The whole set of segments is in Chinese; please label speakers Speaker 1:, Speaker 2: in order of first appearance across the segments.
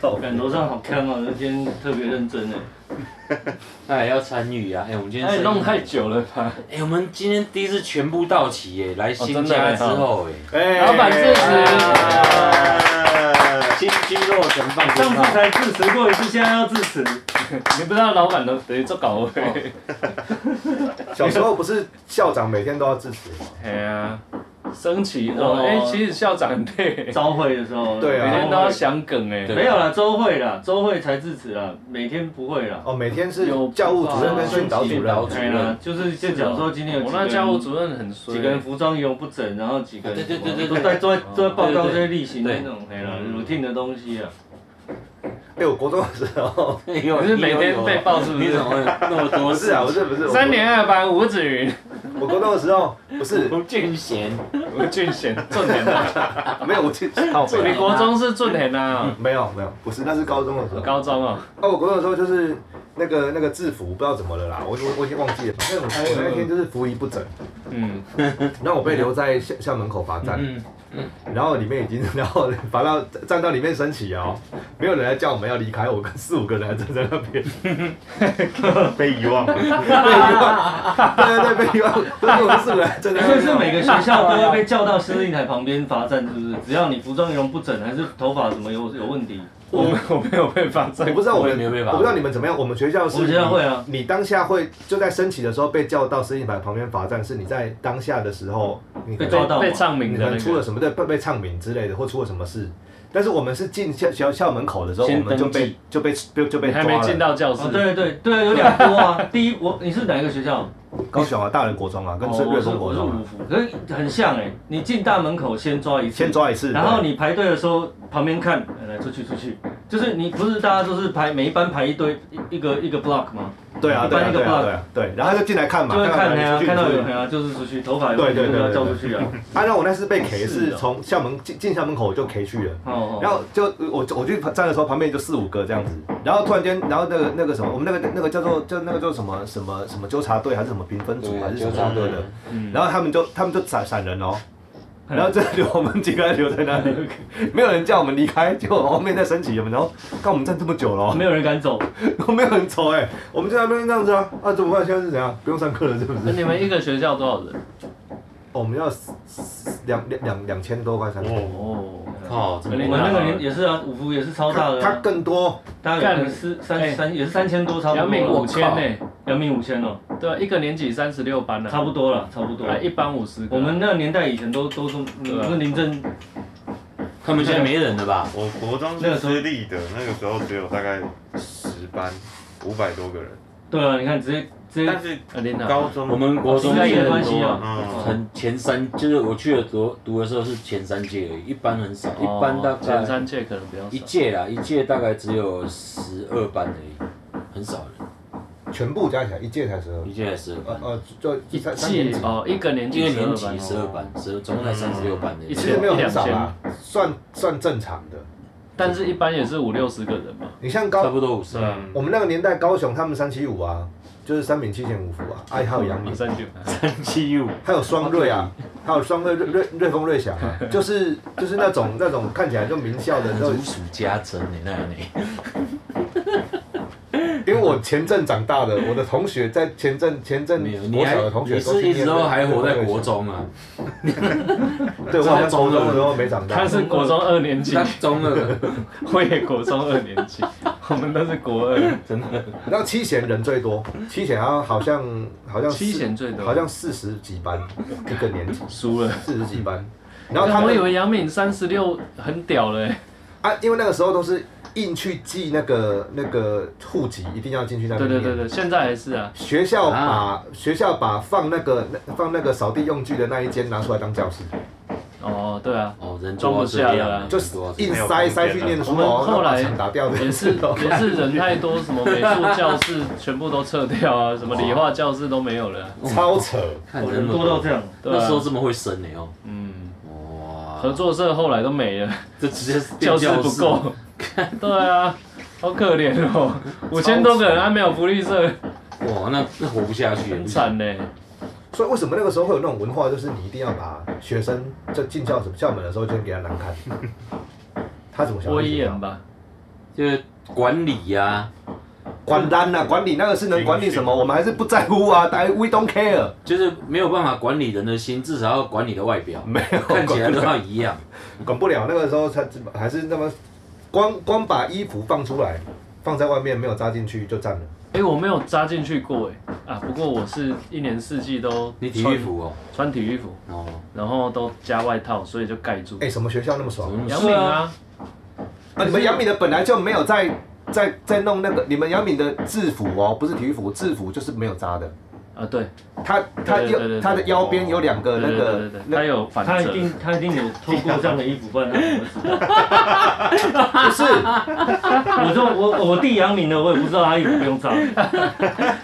Speaker 1: 靠
Speaker 2: 我！感楼上好看哦，今天特别认
Speaker 1: 欸
Speaker 2: 真哎。
Speaker 3: 他也要参与啊！哎、我们今天
Speaker 2: 哎，
Speaker 3: 生意
Speaker 2: 弄太久了吧？
Speaker 3: 哎、我们今天第一次全部到齐耶，来新
Speaker 2: 真的
Speaker 3: 家
Speaker 2: 耶
Speaker 3: 之后哎、
Speaker 1: 哎
Speaker 2: 老板致辞
Speaker 1: 哎
Speaker 3: 金金肉成放
Speaker 2: 上
Speaker 3: 鞭
Speaker 2: 次
Speaker 3: 炮，
Speaker 2: 才致辞过一次，现在要致辞，你不知道老板的等于做搞 位。
Speaker 4: 小时候不是校长每天都要致辞吗？
Speaker 2: 哎呀，升旗哦，哎，其实校长很 累，
Speaker 1: 招会的时候，
Speaker 4: 对啊
Speaker 1: 每
Speaker 2: 每天
Speaker 1: 天
Speaker 2: 都
Speaker 1: 都
Speaker 2: 要
Speaker 1: 要
Speaker 2: 想梗哎。
Speaker 3: 对
Speaker 1: 没有啦，周会啦，周会才致辞啦，每天不会啦。
Speaker 4: 哦，每天是
Speaker 2: 有
Speaker 4: 教务主任跟训导主
Speaker 3: 训导
Speaker 4: 任
Speaker 3: 主。
Speaker 1: 哎呀，就是就讲说今天有
Speaker 2: 啊我
Speaker 1: 几个
Speaker 2: 那
Speaker 1: 人
Speaker 2: 家务主任很衰，
Speaker 1: 几个人服装仪容不整，然后几个人
Speaker 3: 啊对对对对
Speaker 1: 什么都
Speaker 3: 对
Speaker 1: 在都在
Speaker 2: 对哦
Speaker 1: 都在报告
Speaker 3: 对对
Speaker 1: 这些例行的
Speaker 3: 对
Speaker 1: 那种哎呀 routine 的东西
Speaker 2: 嗯
Speaker 1: 啊。
Speaker 4: 哎，我国中的时候，
Speaker 3: 哎呦
Speaker 2: 你是每天被爆是不是
Speaker 3: 你怎么会那么多
Speaker 4: 不
Speaker 3: 事？
Speaker 4: 是啊，不是不是，我
Speaker 2: 三年二班吴子云、
Speaker 4: 我国中的时候不 是
Speaker 3: 不见贤，
Speaker 2: 吴俊贤、郑田啊，
Speaker 4: 没有，我去靠
Speaker 2: 你国中是郑田啊？
Speaker 4: 没有没有，不是，那是高中的时候。
Speaker 2: 高中哦，
Speaker 4: 哦，我国中的时候就是那个那个制服，不知道怎么了啦，我我我已经忘记了，反正我我那天就是服仪不整，
Speaker 2: 嗯，
Speaker 4: 然后我被留在校校门口罚站，
Speaker 3: 嗯，
Speaker 4: 然后里面已经， 然后罚到站到里面升旗哦，没有人来叫我们要离开，我跟四五个人还站在那边，
Speaker 1: 被遗 忘了，
Speaker 4: 被遗忘，对对对，被遗忘，就是我们四五个人还站在那
Speaker 1: 所以
Speaker 4: 边，
Speaker 1: 是每个学校都会被叫到司令台旁边罚站，是不是？只要你服装仪容不整，还是头发什么有有问题，
Speaker 2: 我没我没有被罚
Speaker 4: 我
Speaker 2: 站
Speaker 4: 不，知道我
Speaker 3: 我也
Speaker 4: 们，
Speaker 3: 没有被罚
Speaker 4: 我不知道你们怎么样。我们学校是，
Speaker 1: 我们学校会啊
Speaker 4: 你当下会就在升旗的时候被叫到司令牌旁边罚站，是你在当下的时候你可
Speaker 1: 被
Speaker 4: 能
Speaker 1: 抓到
Speaker 2: 被唱
Speaker 4: 你
Speaker 2: 名
Speaker 4: 可
Speaker 2: 的那
Speaker 4: 能出了
Speaker 2: 个，
Speaker 4: 什么对被被唱名之类的，或出了什么事。但是我们是进校校校门口的时候，
Speaker 3: 先
Speaker 4: 我们就
Speaker 3: 登记
Speaker 4: 被就被就就
Speaker 2: 你
Speaker 4: 被抓
Speaker 2: 还没进
Speaker 4: 了。
Speaker 2: 到教室
Speaker 1: 哦，，对对对，有两波啊。 第一，我你是哪一个学校？
Speaker 4: 高雄啊，大人国中啊，跟
Speaker 1: 哦，
Speaker 4: 是
Speaker 1: 我
Speaker 4: 瑞
Speaker 1: 是
Speaker 4: 丰
Speaker 1: 我
Speaker 4: 国
Speaker 1: 是
Speaker 4: 中
Speaker 1: 五
Speaker 4: 啊，
Speaker 1: 福，可是很像哎、你进大门口先抓一次，
Speaker 4: 先抓一次，
Speaker 1: 然后
Speaker 4: 对
Speaker 1: 你排队的时候，旁边看，呃来出去出去，就是你不是大家都是排每一班排一堆一一个一个 block 吗？
Speaker 4: 对啊
Speaker 1: 一
Speaker 4: 对
Speaker 1: 般
Speaker 4: 啊
Speaker 1: 一个
Speaker 4: 对啊
Speaker 1: block
Speaker 4: 对啊对，然后他就进来看嘛，
Speaker 1: 就会看
Speaker 4: 到
Speaker 1: 哎呀，
Speaker 4: 你出去
Speaker 1: 看到有
Speaker 4: 出去
Speaker 1: 人啊，就是出去，头发有
Speaker 4: 对
Speaker 1: 问题
Speaker 4: 对
Speaker 1: 就是要
Speaker 4: 对对
Speaker 1: 叫出去 啊。
Speaker 4: 啊，然后我那次被
Speaker 1: 是
Speaker 4: K
Speaker 1: 哦
Speaker 4: 是
Speaker 1: 的
Speaker 4: 从校门进进校门口就 K 去了。
Speaker 1: 哦
Speaker 4: 然后就我我去站的时候，旁边就四五个这样子，然后突然间，然后那个那个什么，我们那个那个叫做叫那个叫什么什么什么纠察队还是什么评分组
Speaker 3: 对
Speaker 4: 还是什
Speaker 3: 纠
Speaker 4: 么
Speaker 3: 察队
Speaker 4: 的
Speaker 3: 的，
Speaker 2: 嗯，
Speaker 4: 然后他们就他们就闪闪人哦，
Speaker 1: 嗯
Speaker 4: 然后就留我们几个人留在那里， 没有人叫我们离开，结果后面在升旗，我们然后看我们站这么久了
Speaker 1: 后
Speaker 4: 哦，
Speaker 1: 没有人敢走，
Speaker 4: 都没有人走哎，我们就在那边这样子啊，啊怎么办？现在是怎样？不用上课了是不
Speaker 2: 那
Speaker 4: 是？
Speaker 2: 你们一个学校多少人？
Speaker 4: 哦我们要四四两两两两千多块三千多，
Speaker 2: 哦，
Speaker 3: 靠，
Speaker 1: 我
Speaker 3: 怎么
Speaker 1: 们
Speaker 3: 会
Speaker 1: 那个
Speaker 3: 啊
Speaker 1: 年也是啊，五福也是超大
Speaker 4: 他
Speaker 1: 的
Speaker 4: 他
Speaker 1: 啊，
Speaker 4: 更多，
Speaker 1: 大概有个四三
Speaker 2: 哎
Speaker 1: 三也是三千多，差啊不
Speaker 2: 杨敏
Speaker 1: 多
Speaker 2: 五
Speaker 1: 了，
Speaker 2: 千欸呢？
Speaker 1: 阳明五千哦，
Speaker 2: 对啊，一个年级三十六班呢，啊
Speaker 1: 差不多了，差不多了。
Speaker 2: 啊一班五十个，
Speaker 1: 我们那个年代以前都都是，嗯
Speaker 2: 对啊
Speaker 1: 那林真
Speaker 3: 他们现在没人了吧？
Speaker 5: 我国中是私立的，那个时候只有大概十班，五百多个人，
Speaker 1: 对啊，你看直接直接
Speaker 5: 但是
Speaker 2: 啊琳娜，
Speaker 5: 高中
Speaker 3: 我们国中
Speaker 1: 应该
Speaker 3: 是
Speaker 1: 也
Speaker 3: 很
Speaker 1: 关系
Speaker 3: 多
Speaker 1: 啊
Speaker 3: 啊，
Speaker 5: 嗯
Speaker 3: 很前三，就是我去了读读的时候是前三届而已，一般很少，一般大
Speaker 2: 哦前
Speaker 3: 概
Speaker 2: 三届可能比较
Speaker 3: 一
Speaker 2: 少，
Speaker 3: 届啦，一届大概只有十二班而已，很少人，
Speaker 4: 全部加起来一届才十二。
Speaker 3: 一届才十二班，
Speaker 4: 呃，就
Speaker 2: 一
Speaker 4: 三三年
Speaker 2: 届
Speaker 4: 级
Speaker 2: 哦一个年
Speaker 3: 一
Speaker 2: 级
Speaker 3: 个
Speaker 2: 十二
Speaker 3: 年
Speaker 2: 班
Speaker 3: 级
Speaker 2: 哦
Speaker 3: 十二班，十二总共才三十六班的，
Speaker 2: 一
Speaker 4: 其
Speaker 2: 次
Speaker 4: 实没有很少
Speaker 2: 一
Speaker 4: 啦，算算正常的。
Speaker 2: 但是一般也是五六十个人嘛。
Speaker 4: 你像
Speaker 3: 差
Speaker 4: 高，
Speaker 3: 不多五十。
Speaker 5: 嗯，
Speaker 4: 我们那个年代高雄他们三七五啊，就是三丙七减五福啊，啊还有阳明，
Speaker 2: 嗯三九，
Speaker 3: 七五，
Speaker 4: 还有双瑞啊，还有双瑞瑞瑞瑞丰瑞祥啊，就是就是那种那种看起来就名校的，就
Speaker 3: 如数家珍你那样呢？
Speaker 4: 因为我前阵长大的，我的同学在前阵前阵
Speaker 3: 没有，
Speaker 4: 国
Speaker 3: 你还
Speaker 4: 小的同学
Speaker 3: 你
Speaker 4: 都
Speaker 3: 是
Speaker 4: 去
Speaker 3: 一直
Speaker 4: 念
Speaker 3: 都还活在
Speaker 4: 瑞丰瑞
Speaker 3: 国
Speaker 4: 祥，
Speaker 3: 中啊？
Speaker 4: 对，我好像国中的时候没长
Speaker 2: 他
Speaker 4: 大，
Speaker 2: 是国中二年级
Speaker 3: 那，中 二，
Speaker 2: 我也国中二年级，我们都是国二，
Speaker 3: 真的
Speaker 4: 那七贤人最多，七贤好像好像好像
Speaker 2: 七
Speaker 4: 四
Speaker 2: 贤最多
Speaker 4: 好像四十几班一个年级，
Speaker 2: 输了。
Speaker 4: 四十几班，然后他
Speaker 2: 但我
Speaker 4: 们
Speaker 2: 以为杨敏三十六很屌了欸，
Speaker 4: 啊，因为那个时候都是硬去记那个那个户籍，一定要进去那
Speaker 2: 对
Speaker 4: 边
Speaker 2: 对
Speaker 4: 念。
Speaker 2: 对对，现在还是啊，
Speaker 4: 学校把、
Speaker 3: 啊
Speaker 4: 学校把放那个那放那个扫地用具的那一间拿出来当教室，
Speaker 2: 哦对啊，
Speaker 3: 哦，人
Speaker 2: 装
Speaker 3: 多
Speaker 2: 不
Speaker 3: 是
Speaker 2: 下
Speaker 3: 这
Speaker 2: 了
Speaker 3: 样啊，
Speaker 2: 啊
Speaker 4: 就
Speaker 3: 人多是这样
Speaker 4: 硬塞塞去念书哦，
Speaker 2: 我们后来
Speaker 4: 然把墙打掉的。
Speaker 2: 也是也是人太多，什么美术教室全部都撤掉啊，什么理化教室都没有了啊，
Speaker 4: 超扯，
Speaker 3: 看
Speaker 1: 哦
Speaker 3: 人
Speaker 1: 人
Speaker 3: 多
Speaker 1: 多到
Speaker 3: 到这
Speaker 1: 这
Speaker 3: 样，
Speaker 1: 样，
Speaker 2: 对
Speaker 3: 那
Speaker 2: 啊
Speaker 3: 时，候这么会生你哦，
Speaker 2: 嗯，
Speaker 3: 哇，
Speaker 2: 合作社后来都没了，
Speaker 3: 这直接是变
Speaker 2: 教室不够，对啊，好可怜哦，五千多个人还没有福利社，
Speaker 3: 哇，那那活不下去，
Speaker 2: 很惨呢。
Speaker 4: 所以为什么那个时候会有那种文化，就是你一定要把学生就进校校门的时候，就给他难看。他怎么想？
Speaker 2: 郭一言吧，
Speaker 3: 就是管理呀、
Speaker 4: 管单呐、管理那个是能管理什么？我们还是不在乎 啊，大家 we don't care。
Speaker 3: 就是没有办法管理人的心，至少要管理的外表，
Speaker 4: 没有
Speaker 2: 啊
Speaker 3: 看起来都要一样。
Speaker 4: 管不了，那个时候他还是那么光光把衣服放出来，放在外面没有扎进去就占了。
Speaker 2: 哎、我没有扎进去过哎啊，不过我是一年四季都
Speaker 3: 你体育
Speaker 2: 穿
Speaker 3: 服哦，
Speaker 2: 穿体育服，
Speaker 3: 哦，
Speaker 2: 然后都加外套，所以就盖住。
Speaker 4: 哎、什么学校那么爽
Speaker 3: 怎？么
Speaker 2: 杨
Speaker 3: 说
Speaker 2: 敏
Speaker 3: 啊？
Speaker 2: 啊，
Speaker 4: 啊，你们杨敏的本来就没有在在在弄那个，你们杨敏的制服哦，不是体育服，制服就是没有扎的。
Speaker 2: 啊对，
Speaker 4: 他他
Speaker 2: 对对对
Speaker 4: 右
Speaker 2: 对
Speaker 4: 他的腰边有两个
Speaker 2: 对
Speaker 4: 呃那
Speaker 2: 对对
Speaker 4: 个
Speaker 2: 对对，
Speaker 4: 那
Speaker 2: 它有反
Speaker 1: 他一
Speaker 2: 折，
Speaker 1: 定他一定有透过这样的衣服，不然他怎么知道？
Speaker 4: 不是
Speaker 1: 我说我我弟杨敏的，我也不知道他衣服不用扎。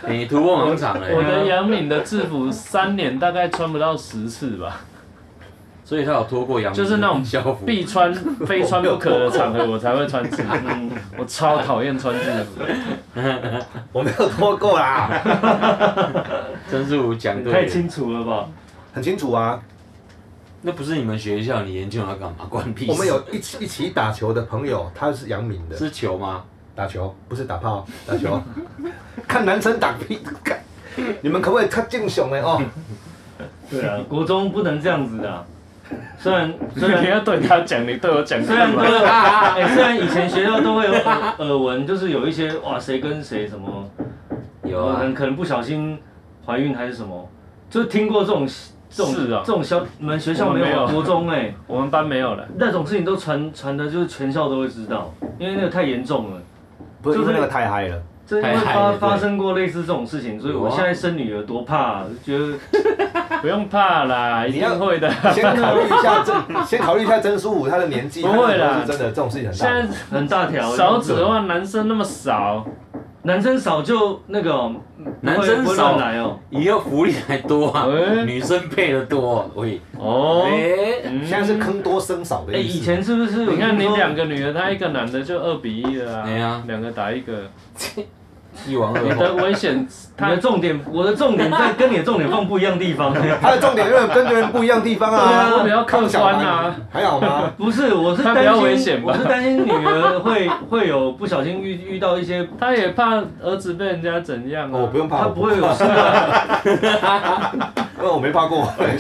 Speaker 3: 你突破盲场
Speaker 2: 我
Speaker 3: 了，
Speaker 2: 的杨敏的制服三年大概穿不到十次吧，
Speaker 3: 所以他有脱过洋，
Speaker 2: 就是那 种
Speaker 3: 校服，
Speaker 2: 必穿非穿不可的场合我才会穿制服，我超讨厌穿制服。
Speaker 4: 我没有脱过啦，
Speaker 3: 真是我讲
Speaker 1: 你太
Speaker 3: 对
Speaker 1: 清
Speaker 3: 了。
Speaker 1: 楚了吧？
Speaker 4: 很清楚啊。
Speaker 3: 那不是你们学校，你研究要干嘛？关屁事！
Speaker 4: 我们有一起一起打球的朋友，他是杨敏的，
Speaker 3: 是球吗？
Speaker 4: 打球不是打炮，打球。 看男生打屁，看你们可不可以看敬雄呢？哦，
Speaker 1: 对啊，国中不能这样子的啊。虽然 虽
Speaker 2: 你
Speaker 1: 然
Speaker 2: 要对他讲，你对我讲
Speaker 1: 虽
Speaker 2: 干
Speaker 1: 然都
Speaker 2: 嘛？
Speaker 1: 有，哎，虽然以前学校都会有耳耳闻，就是有一些哇谁跟谁什么，
Speaker 3: 有
Speaker 1: 可
Speaker 3: 啊，
Speaker 1: 能可能不小心怀孕还是什么，就听过这种这种
Speaker 2: 是啊
Speaker 1: 这种消，你们学校没有啊
Speaker 2: 我们没有
Speaker 1: 国中哎、
Speaker 2: 我们班没有了。
Speaker 1: 那种事情都传传的，就是全校都会知道，因为那个太严重了。
Speaker 4: 不是
Speaker 1: 就是
Speaker 4: 因为那个太 嗨了，
Speaker 1: 这因为
Speaker 3: 太害
Speaker 1: 发
Speaker 3: 了
Speaker 1: 发生过类似这种事情，所以我
Speaker 3: 有啊
Speaker 1: 现在生女儿多怕、觉得
Speaker 2: 不用怕啦，一
Speaker 4: 你要
Speaker 2: 定会的。
Speaker 4: 先考虑一下 曾，先考虑一下曾叔武他的年纪，
Speaker 2: 不会啦
Speaker 4: 他那时候是真的这种事情很
Speaker 2: 现
Speaker 4: 大。
Speaker 2: 在
Speaker 1: 很大条。
Speaker 2: 少子的话，男生那么少，
Speaker 1: 男生少就那个哦、
Speaker 3: 男
Speaker 1: 会
Speaker 3: 生
Speaker 1: 不会
Speaker 3: 少
Speaker 1: 乱来哦、
Speaker 3: 以后福利还多啊，
Speaker 2: 喂
Speaker 3: 女生配的多。啊喂，
Speaker 2: 哦，
Speaker 3: 哎，
Speaker 4: 现在是坑多生少
Speaker 1: 哎、
Speaker 4: 的意思。
Speaker 1: 以前是不是
Speaker 2: 你看你
Speaker 1: 说
Speaker 2: 两个女的，他一个男的就二比一了
Speaker 3: 哎呀哎
Speaker 2: 啊，两个打一个，
Speaker 3: 一王
Speaker 2: 你
Speaker 3: 二
Speaker 2: 的
Speaker 3: 后，
Speaker 2: 危险，
Speaker 1: 你
Speaker 2: 他
Speaker 1: 的重点，我的重点在跟你的重点放不一样地 方。
Speaker 4: 他的重点因为跟别人不一样的地 方
Speaker 2: 对
Speaker 4: 啊，
Speaker 2: 啊我比较客观啊
Speaker 4: 抗小白，还好吗？
Speaker 1: 不是，我是
Speaker 2: 他比
Speaker 1: 担
Speaker 2: 较
Speaker 1: 心，
Speaker 2: 危险吧
Speaker 1: 我是担心女儿 会会有不小心遇遇到一些，
Speaker 2: 他也怕儿子被人家怎样啊。
Speaker 4: 我哦不用怕，
Speaker 1: 她
Speaker 4: 我
Speaker 1: 不会有事啊。
Speaker 4: 因为我没怕过，
Speaker 2: 哎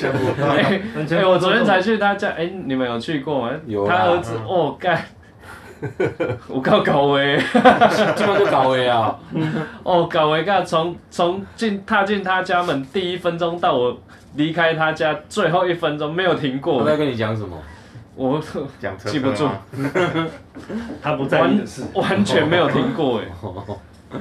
Speaker 1: 很
Speaker 2: 哎，我昨天才去他家，哎，你们有去过吗？
Speaker 3: 有啦
Speaker 2: 他儿子，哦，干，我欸告搞威，
Speaker 3: 基本就搞位 啊，
Speaker 2: 哦，搞威干，从从进踏进他家门第一分钟到我离开他家最后一分钟没有停
Speaker 3: 我
Speaker 2: 过，
Speaker 3: 在跟你讲什 么？
Speaker 2: 我
Speaker 5: 讲车
Speaker 2: 记不住，
Speaker 4: 啊
Speaker 1: 他不在意
Speaker 2: 完
Speaker 1: 的事。
Speaker 2: 完全没有停过哎。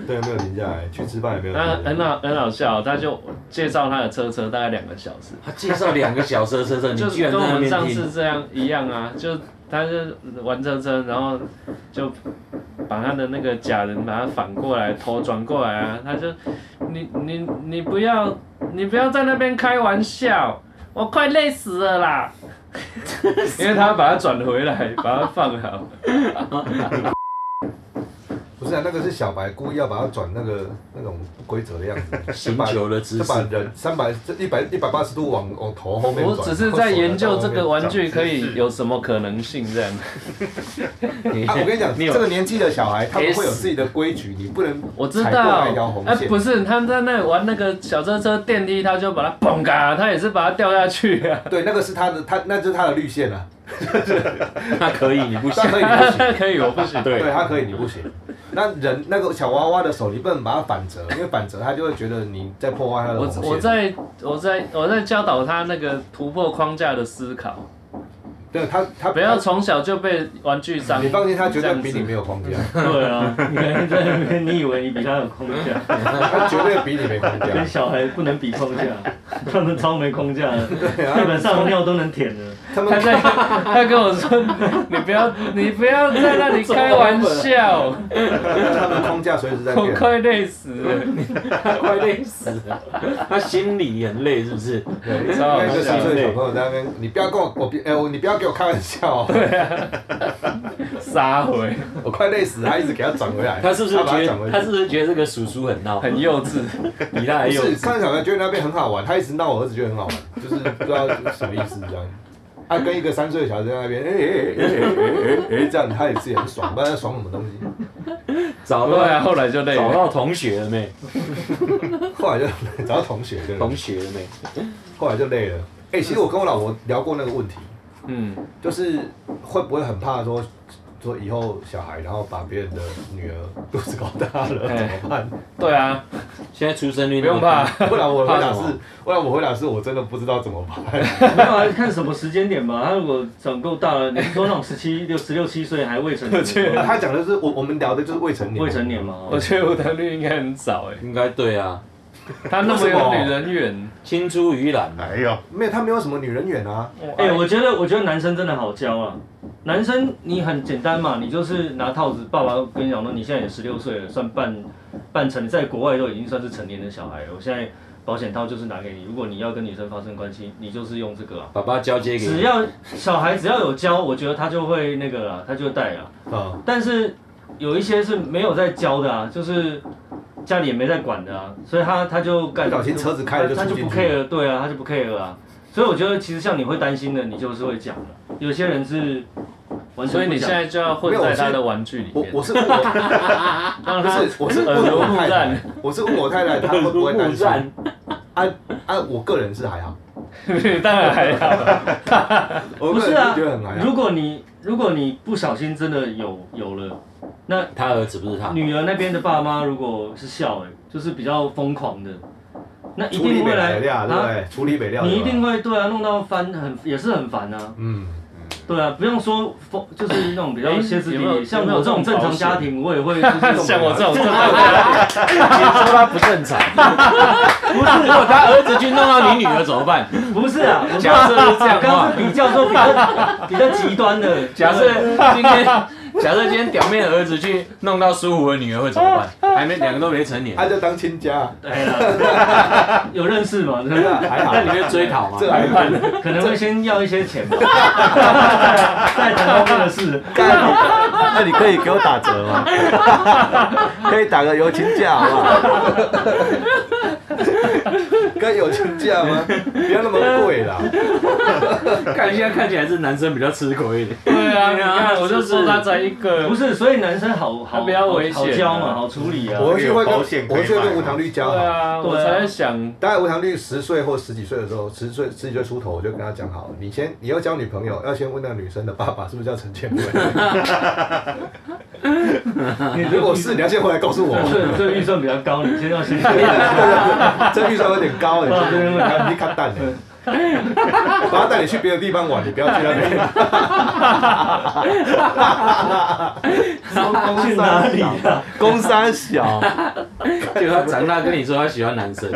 Speaker 4: 对，没有停下来，去吃饭也没有停下
Speaker 2: 那
Speaker 4: 来。
Speaker 2: 很好很好笑，他就介绍他的车车大概两个小时，
Speaker 3: 他介绍两个小车车车，你
Speaker 2: 就
Speaker 3: 居
Speaker 2: 是
Speaker 3: 然在
Speaker 2: 跟我
Speaker 3: 那
Speaker 2: 们
Speaker 3: 边
Speaker 2: 上
Speaker 3: 听
Speaker 2: 次。这样一样啊，就他就玩车车，然后就把他的那个假人把他反过来，头转过来啊，他就你你你不要你不要在那边开玩笑，我快累死了 啦，因为他把他转回来，把他放好，
Speaker 4: 不是啊，那个是小白故意要把它转那个那种不规则的 样子，
Speaker 3: 行球的姿
Speaker 4: 就把
Speaker 3: 势，
Speaker 4: 人三百这一百一百八十度往往头后面 转。
Speaker 2: 我只是在研究这个
Speaker 4: 往
Speaker 2: 玩具可以有什么可能性这样。
Speaker 3: 你
Speaker 4: 手啊，我跟你讲，
Speaker 3: 你有
Speaker 4: 这个年纪的小孩他们会有自己的规矩，你不能
Speaker 2: 我知
Speaker 4: 踩过
Speaker 2: 道
Speaker 4: 来摇红，
Speaker 2: 哎、
Speaker 4: 线。
Speaker 2: 不是，他们在那里玩那个小车车电梯，他就把它嘣嘎，他也是把它掉下去啊，
Speaker 4: 对，那个是他的，他那就是他的绿线啊 了。
Speaker 3: 他可以，你不行
Speaker 4: 他。可
Speaker 2: 可以，
Speaker 4: 以，你不行。
Speaker 2: 我不行。
Speaker 4: 对
Speaker 3: 对，
Speaker 4: 他可以，你不行。那人那个小娃娃的手，你不能把它反折，因为反折他就会觉得你在破坏他的
Speaker 2: 我
Speaker 4: 红线。
Speaker 2: 我在我在我在教导他那个突破框架的思考，
Speaker 4: 对他他
Speaker 2: 不要从小就被玩具伤。
Speaker 4: 你放心，他绝对
Speaker 2: 这
Speaker 4: 比你
Speaker 2: 样子
Speaker 4: 没有框架，
Speaker 1: 对啊，你还在那边，你以为你比他有空架？
Speaker 4: 他绝对比你没框
Speaker 1: 跟
Speaker 4: 架。
Speaker 1: 小孩不能比 框架，他们超没框架的，基
Speaker 4: 对啊，
Speaker 1: 本上尿都能舔的。
Speaker 4: 他
Speaker 2: 他
Speaker 4: 们
Speaker 2: 在他跟我说，你不要你不要在那里开玩笑，
Speaker 4: 他们框架随时在
Speaker 2: 我
Speaker 4: 变。
Speaker 2: 快累死了。
Speaker 3: 他快累死了，他心里很累，是不是？
Speaker 4: 对，
Speaker 2: 超好
Speaker 4: 那个十
Speaker 2: 笑
Speaker 4: 岁的小朋友在那边，你不要跟我，我别，哎，我你不要给我开玩笑哦，
Speaker 2: 杀回，
Speaker 4: 我快累死了，他一直给他转回来。
Speaker 3: 他是不是
Speaker 4: 他把
Speaker 3: 觉
Speaker 4: 转
Speaker 3: 得
Speaker 4: 回
Speaker 3: 他
Speaker 4: 去？
Speaker 3: 是不是觉得这个叔叔很 闹，
Speaker 2: 很幼稚。
Speaker 3: 比他还
Speaker 4: 不
Speaker 3: 幼
Speaker 4: 是，
Speaker 3: 稚？
Speaker 4: 看小孩觉得那边很好玩，他一直闹我儿子觉得很好玩，就是不知道什么意思这样。他跟一个三岁的小孩在那边，哎哎哎哎哎哎哎，这样他也自己很爽，不知道在爽什么东西。
Speaker 3: 找
Speaker 2: 对
Speaker 3: 到
Speaker 2: 啊，后来就累
Speaker 3: 找
Speaker 2: 了。
Speaker 3: 到同学了没？
Speaker 4: 后来就找到同学，对
Speaker 3: 同学了没？
Speaker 4: 后来就累了。哎、其实我跟我老婆聊过那个问题，
Speaker 2: 嗯，
Speaker 4: 就是会不会很怕说说以后小孩，然后把别人的女儿肚子搞大了
Speaker 2: 哎
Speaker 4: 怎么办？
Speaker 2: 对啊，
Speaker 3: 现在出生率
Speaker 2: 不用怕，
Speaker 4: 不然我回答
Speaker 3: 怕什
Speaker 4: 是，不然我回答是我真的不知道怎么办。
Speaker 1: 没有啊，看什么时间点吧。他如果长够大了，你说那种十七六、十六七岁还未成年的
Speaker 4: 啊
Speaker 1: 话，
Speaker 4: 他讲的是我我们聊的就是未成年，
Speaker 1: 未成年，嘛，哦
Speaker 2: 我觉得我的率应该很早哎，
Speaker 3: 应该对啊，
Speaker 2: 他那么有女人缘，
Speaker 3: 青出于蓝
Speaker 5: 哎呦，
Speaker 4: 没有他没有什么女人缘啊，
Speaker 1: 哎、我觉得我觉得男生真的好教啊。男生你很简单嘛，你就是拿套子，爸爸跟你讲说，你现在也十六岁了，算半半成，在国外都已经算是成年的小孩了。我现在保险套就是拿给你，如果你要跟女生发生关系，你就是用这个啊。
Speaker 3: 爸爸交接给
Speaker 1: 只
Speaker 3: 你，
Speaker 1: 要小孩只要有教，我觉得他就会那个啦，他就带啦。
Speaker 4: 啊、
Speaker 1: 但是有一些是没有在教的啊，就是家里也没在管的啊，所以他他就干，
Speaker 4: 不小心车子开了就
Speaker 1: 他他就
Speaker 4: 冲进
Speaker 1: 不
Speaker 4: 去
Speaker 1: care，对啊，他就不 care 啊。所以我觉得其实像你会担心的，你就是会讲的。有些人是完
Speaker 2: 所以
Speaker 1: 全不
Speaker 2: 你
Speaker 1: 讲。
Speaker 2: 现在就要混在他的玩具里
Speaker 4: 我
Speaker 2: 面，
Speaker 4: 我是问我
Speaker 2: 让
Speaker 4: 不
Speaker 2: 他
Speaker 4: 是我 是
Speaker 2: 耳
Speaker 4: 问
Speaker 2: 濡
Speaker 4: 我
Speaker 2: 目
Speaker 4: 太
Speaker 2: 染
Speaker 4: 太，，我是问我太太她会不会担心？啊啊，我个人是还好，
Speaker 2: 当然还好，
Speaker 1: 不
Speaker 4: 我个
Speaker 1: 是
Speaker 4: 人
Speaker 1: 啊
Speaker 4: 是觉得很还，好。
Speaker 1: 如果你如果你不小心真的有有了，那
Speaker 3: 他儿子不是他，
Speaker 1: 女儿那边的爸妈如果是笑哎、就是比较疯狂的，那一
Speaker 4: 处理
Speaker 1: 定会
Speaker 4: 北
Speaker 1: 来啊
Speaker 4: 料啊对不对？处理北料，
Speaker 1: 你一定
Speaker 4: 会，
Speaker 1: 会对啊，弄到翻很也是很烦啊。
Speaker 4: 嗯，
Speaker 1: 对啊，不用说疯，就是那种比较
Speaker 2: 诶
Speaker 1: 歇斯底
Speaker 2: 有没
Speaker 1: 里，
Speaker 2: 有
Speaker 1: 像
Speaker 2: 有没有
Speaker 1: 我这种
Speaker 2: 这种
Speaker 1: 正常
Speaker 2: 保险
Speaker 1: 家庭，我也会就 是
Speaker 2: 像我这种正
Speaker 3: 说他不正常。不是，如果他儿子去弄到你女儿怎么办？
Speaker 1: 不是啊，我
Speaker 3: 假设是这
Speaker 1: 刚
Speaker 3: 样的
Speaker 1: 刚
Speaker 3: 话
Speaker 1: 是比较说比较比较极端的，
Speaker 3: 假设今天， 假设今天表妹的儿子去弄到苏虎的女儿会怎么办？还没两个都没成年，
Speaker 4: 啊他就当亲 家，
Speaker 1: 哎呀，啊 有认识嘛，真
Speaker 4: 真的
Speaker 1: 的
Speaker 4: 还好
Speaker 3: 那，你会追讨吗？
Speaker 4: 这还好。
Speaker 1: 可能会先要一些钱吧，再谈后面的事。
Speaker 4: 那你可以给我打折吗？可以打个友情价好不好？ 跟友情价吗？不要那么贵啦。
Speaker 3: 看现在看起来是男生比较吃亏一点。
Speaker 2: 对啊，你
Speaker 3: 对啊
Speaker 2: 看我就说他才一个
Speaker 1: 不，是，所以男生好好
Speaker 2: 他比较
Speaker 1: 好
Speaker 2: 危险啊
Speaker 1: 好教嘛，好处理啊。
Speaker 4: 我去会跟
Speaker 5: 有保险可以啊
Speaker 4: 我去会
Speaker 5: 买
Speaker 4: 跟
Speaker 5: 吗
Speaker 4: 无糖绿
Speaker 2: 对
Speaker 4: 交好。
Speaker 2: 啊，我
Speaker 1: 对啊
Speaker 2: 才在想，
Speaker 4: 大概无糖绿十岁或十几岁的时候，十岁十几岁出头，我就跟他讲好，你先你要交女朋友，要先问那个女生的爸爸是不是叫陈建 伟。你如果是，你要先回来告诉我。
Speaker 1: 这这预算比较高，你先要先。
Speaker 4: 这预算有点高，你这边
Speaker 2: 啊
Speaker 4: 你看蛋的，我要带你去别的地方玩，你不要去那 边。
Speaker 1: 去哪里啊？
Speaker 4: 公山小，
Speaker 3: 结果他长大跟你说他喜欢男生，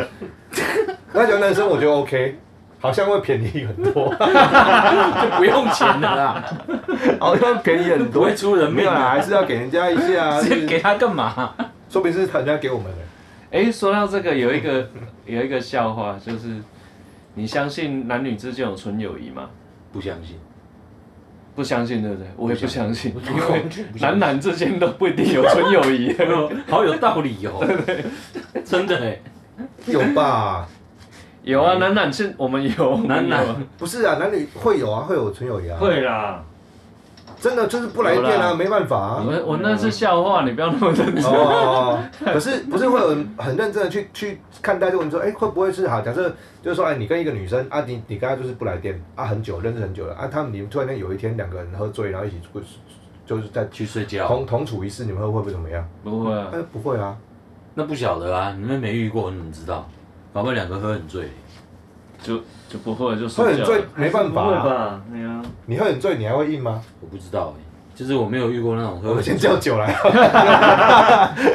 Speaker 4: 那喜欢男生我就 OK，好像会便宜很多，
Speaker 3: 就 不用钱了 啦，
Speaker 4: 好像便宜很
Speaker 3: 不会出人
Speaker 4: 没
Speaker 3: 命
Speaker 4: 有啦，
Speaker 3: 啊。
Speaker 4: 还是要给人家一下，啊
Speaker 3: 这
Speaker 4: 是
Speaker 3: 给他干嘛？
Speaker 4: 说不定是人家给我们的。
Speaker 2: 哎，说到这个，有一个有一个笑话，就是你相信男女之间有纯友谊吗？
Speaker 3: 不相信，
Speaker 2: 不相信对不对？我也不相信，因
Speaker 3: 我
Speaker 2: 为 男男之间都不一定有纯友谊。
Speaker 3: 好有道理 哦，真的哎，
Speaker 4: 有吧？
Speaker 2: 有啊，男男现我们有
Speaker 3: 男男
Speaker 2: 我 们
Speaker 4: 不是啊，男女会有啊，会有纯友谊啊，
Speaker 1: 会啦，
Speaker 4: 真的就是不来电
Speaker 2: 有
Speaker 4: 啊，
Speaker 2: 啦
Speaker 4: 没办法
Speaker 2: 有
Speaker 4: 啊。
Speaker 2: 我我那是笑话，你不要那么认真。
Speaker 4: 哦，可是不是会有人很认真的去去看待这个问题，说，哎、会不会是好？假设就是说，哎，你跟一个女生啊，你你跟她就是不来电啊，很久认识很久了啊，他们你们突然间有一天两个人喝醉，然后一起出就是在
Speaker 3: 去睡觉，
Speaker 4: 同同处一室，你们会会不会怎么样？
Speaker 2: 不会啊
Speaker 4: 哎、，不会啊，
Speaker 3: 那不晓得啊，你们没遇过，你怎么知道？搞不好两个喝很醉，
Speaker 2: 就就不会就
Speaker 4: 会
Speaker 2: 睡
Speaker 4: 很
Speaker 2: 觉
Speaker 4: 醉
Speaker 2: 了。
Speaker 4: 没办法、
Speaker 1: 不会
Speaker 4: 啊，
Speaker 1: 吧？哎呀，
Speaker 4: 你会很醉，你还会硬吗？
Speaker 3: 我不知道哎，就是我没有遇过那种
Speaker 4: 我
Speaker 3: 喝
Speaker 4: 们
Speaker 3: 很
Speaker 4: 先叫酒来，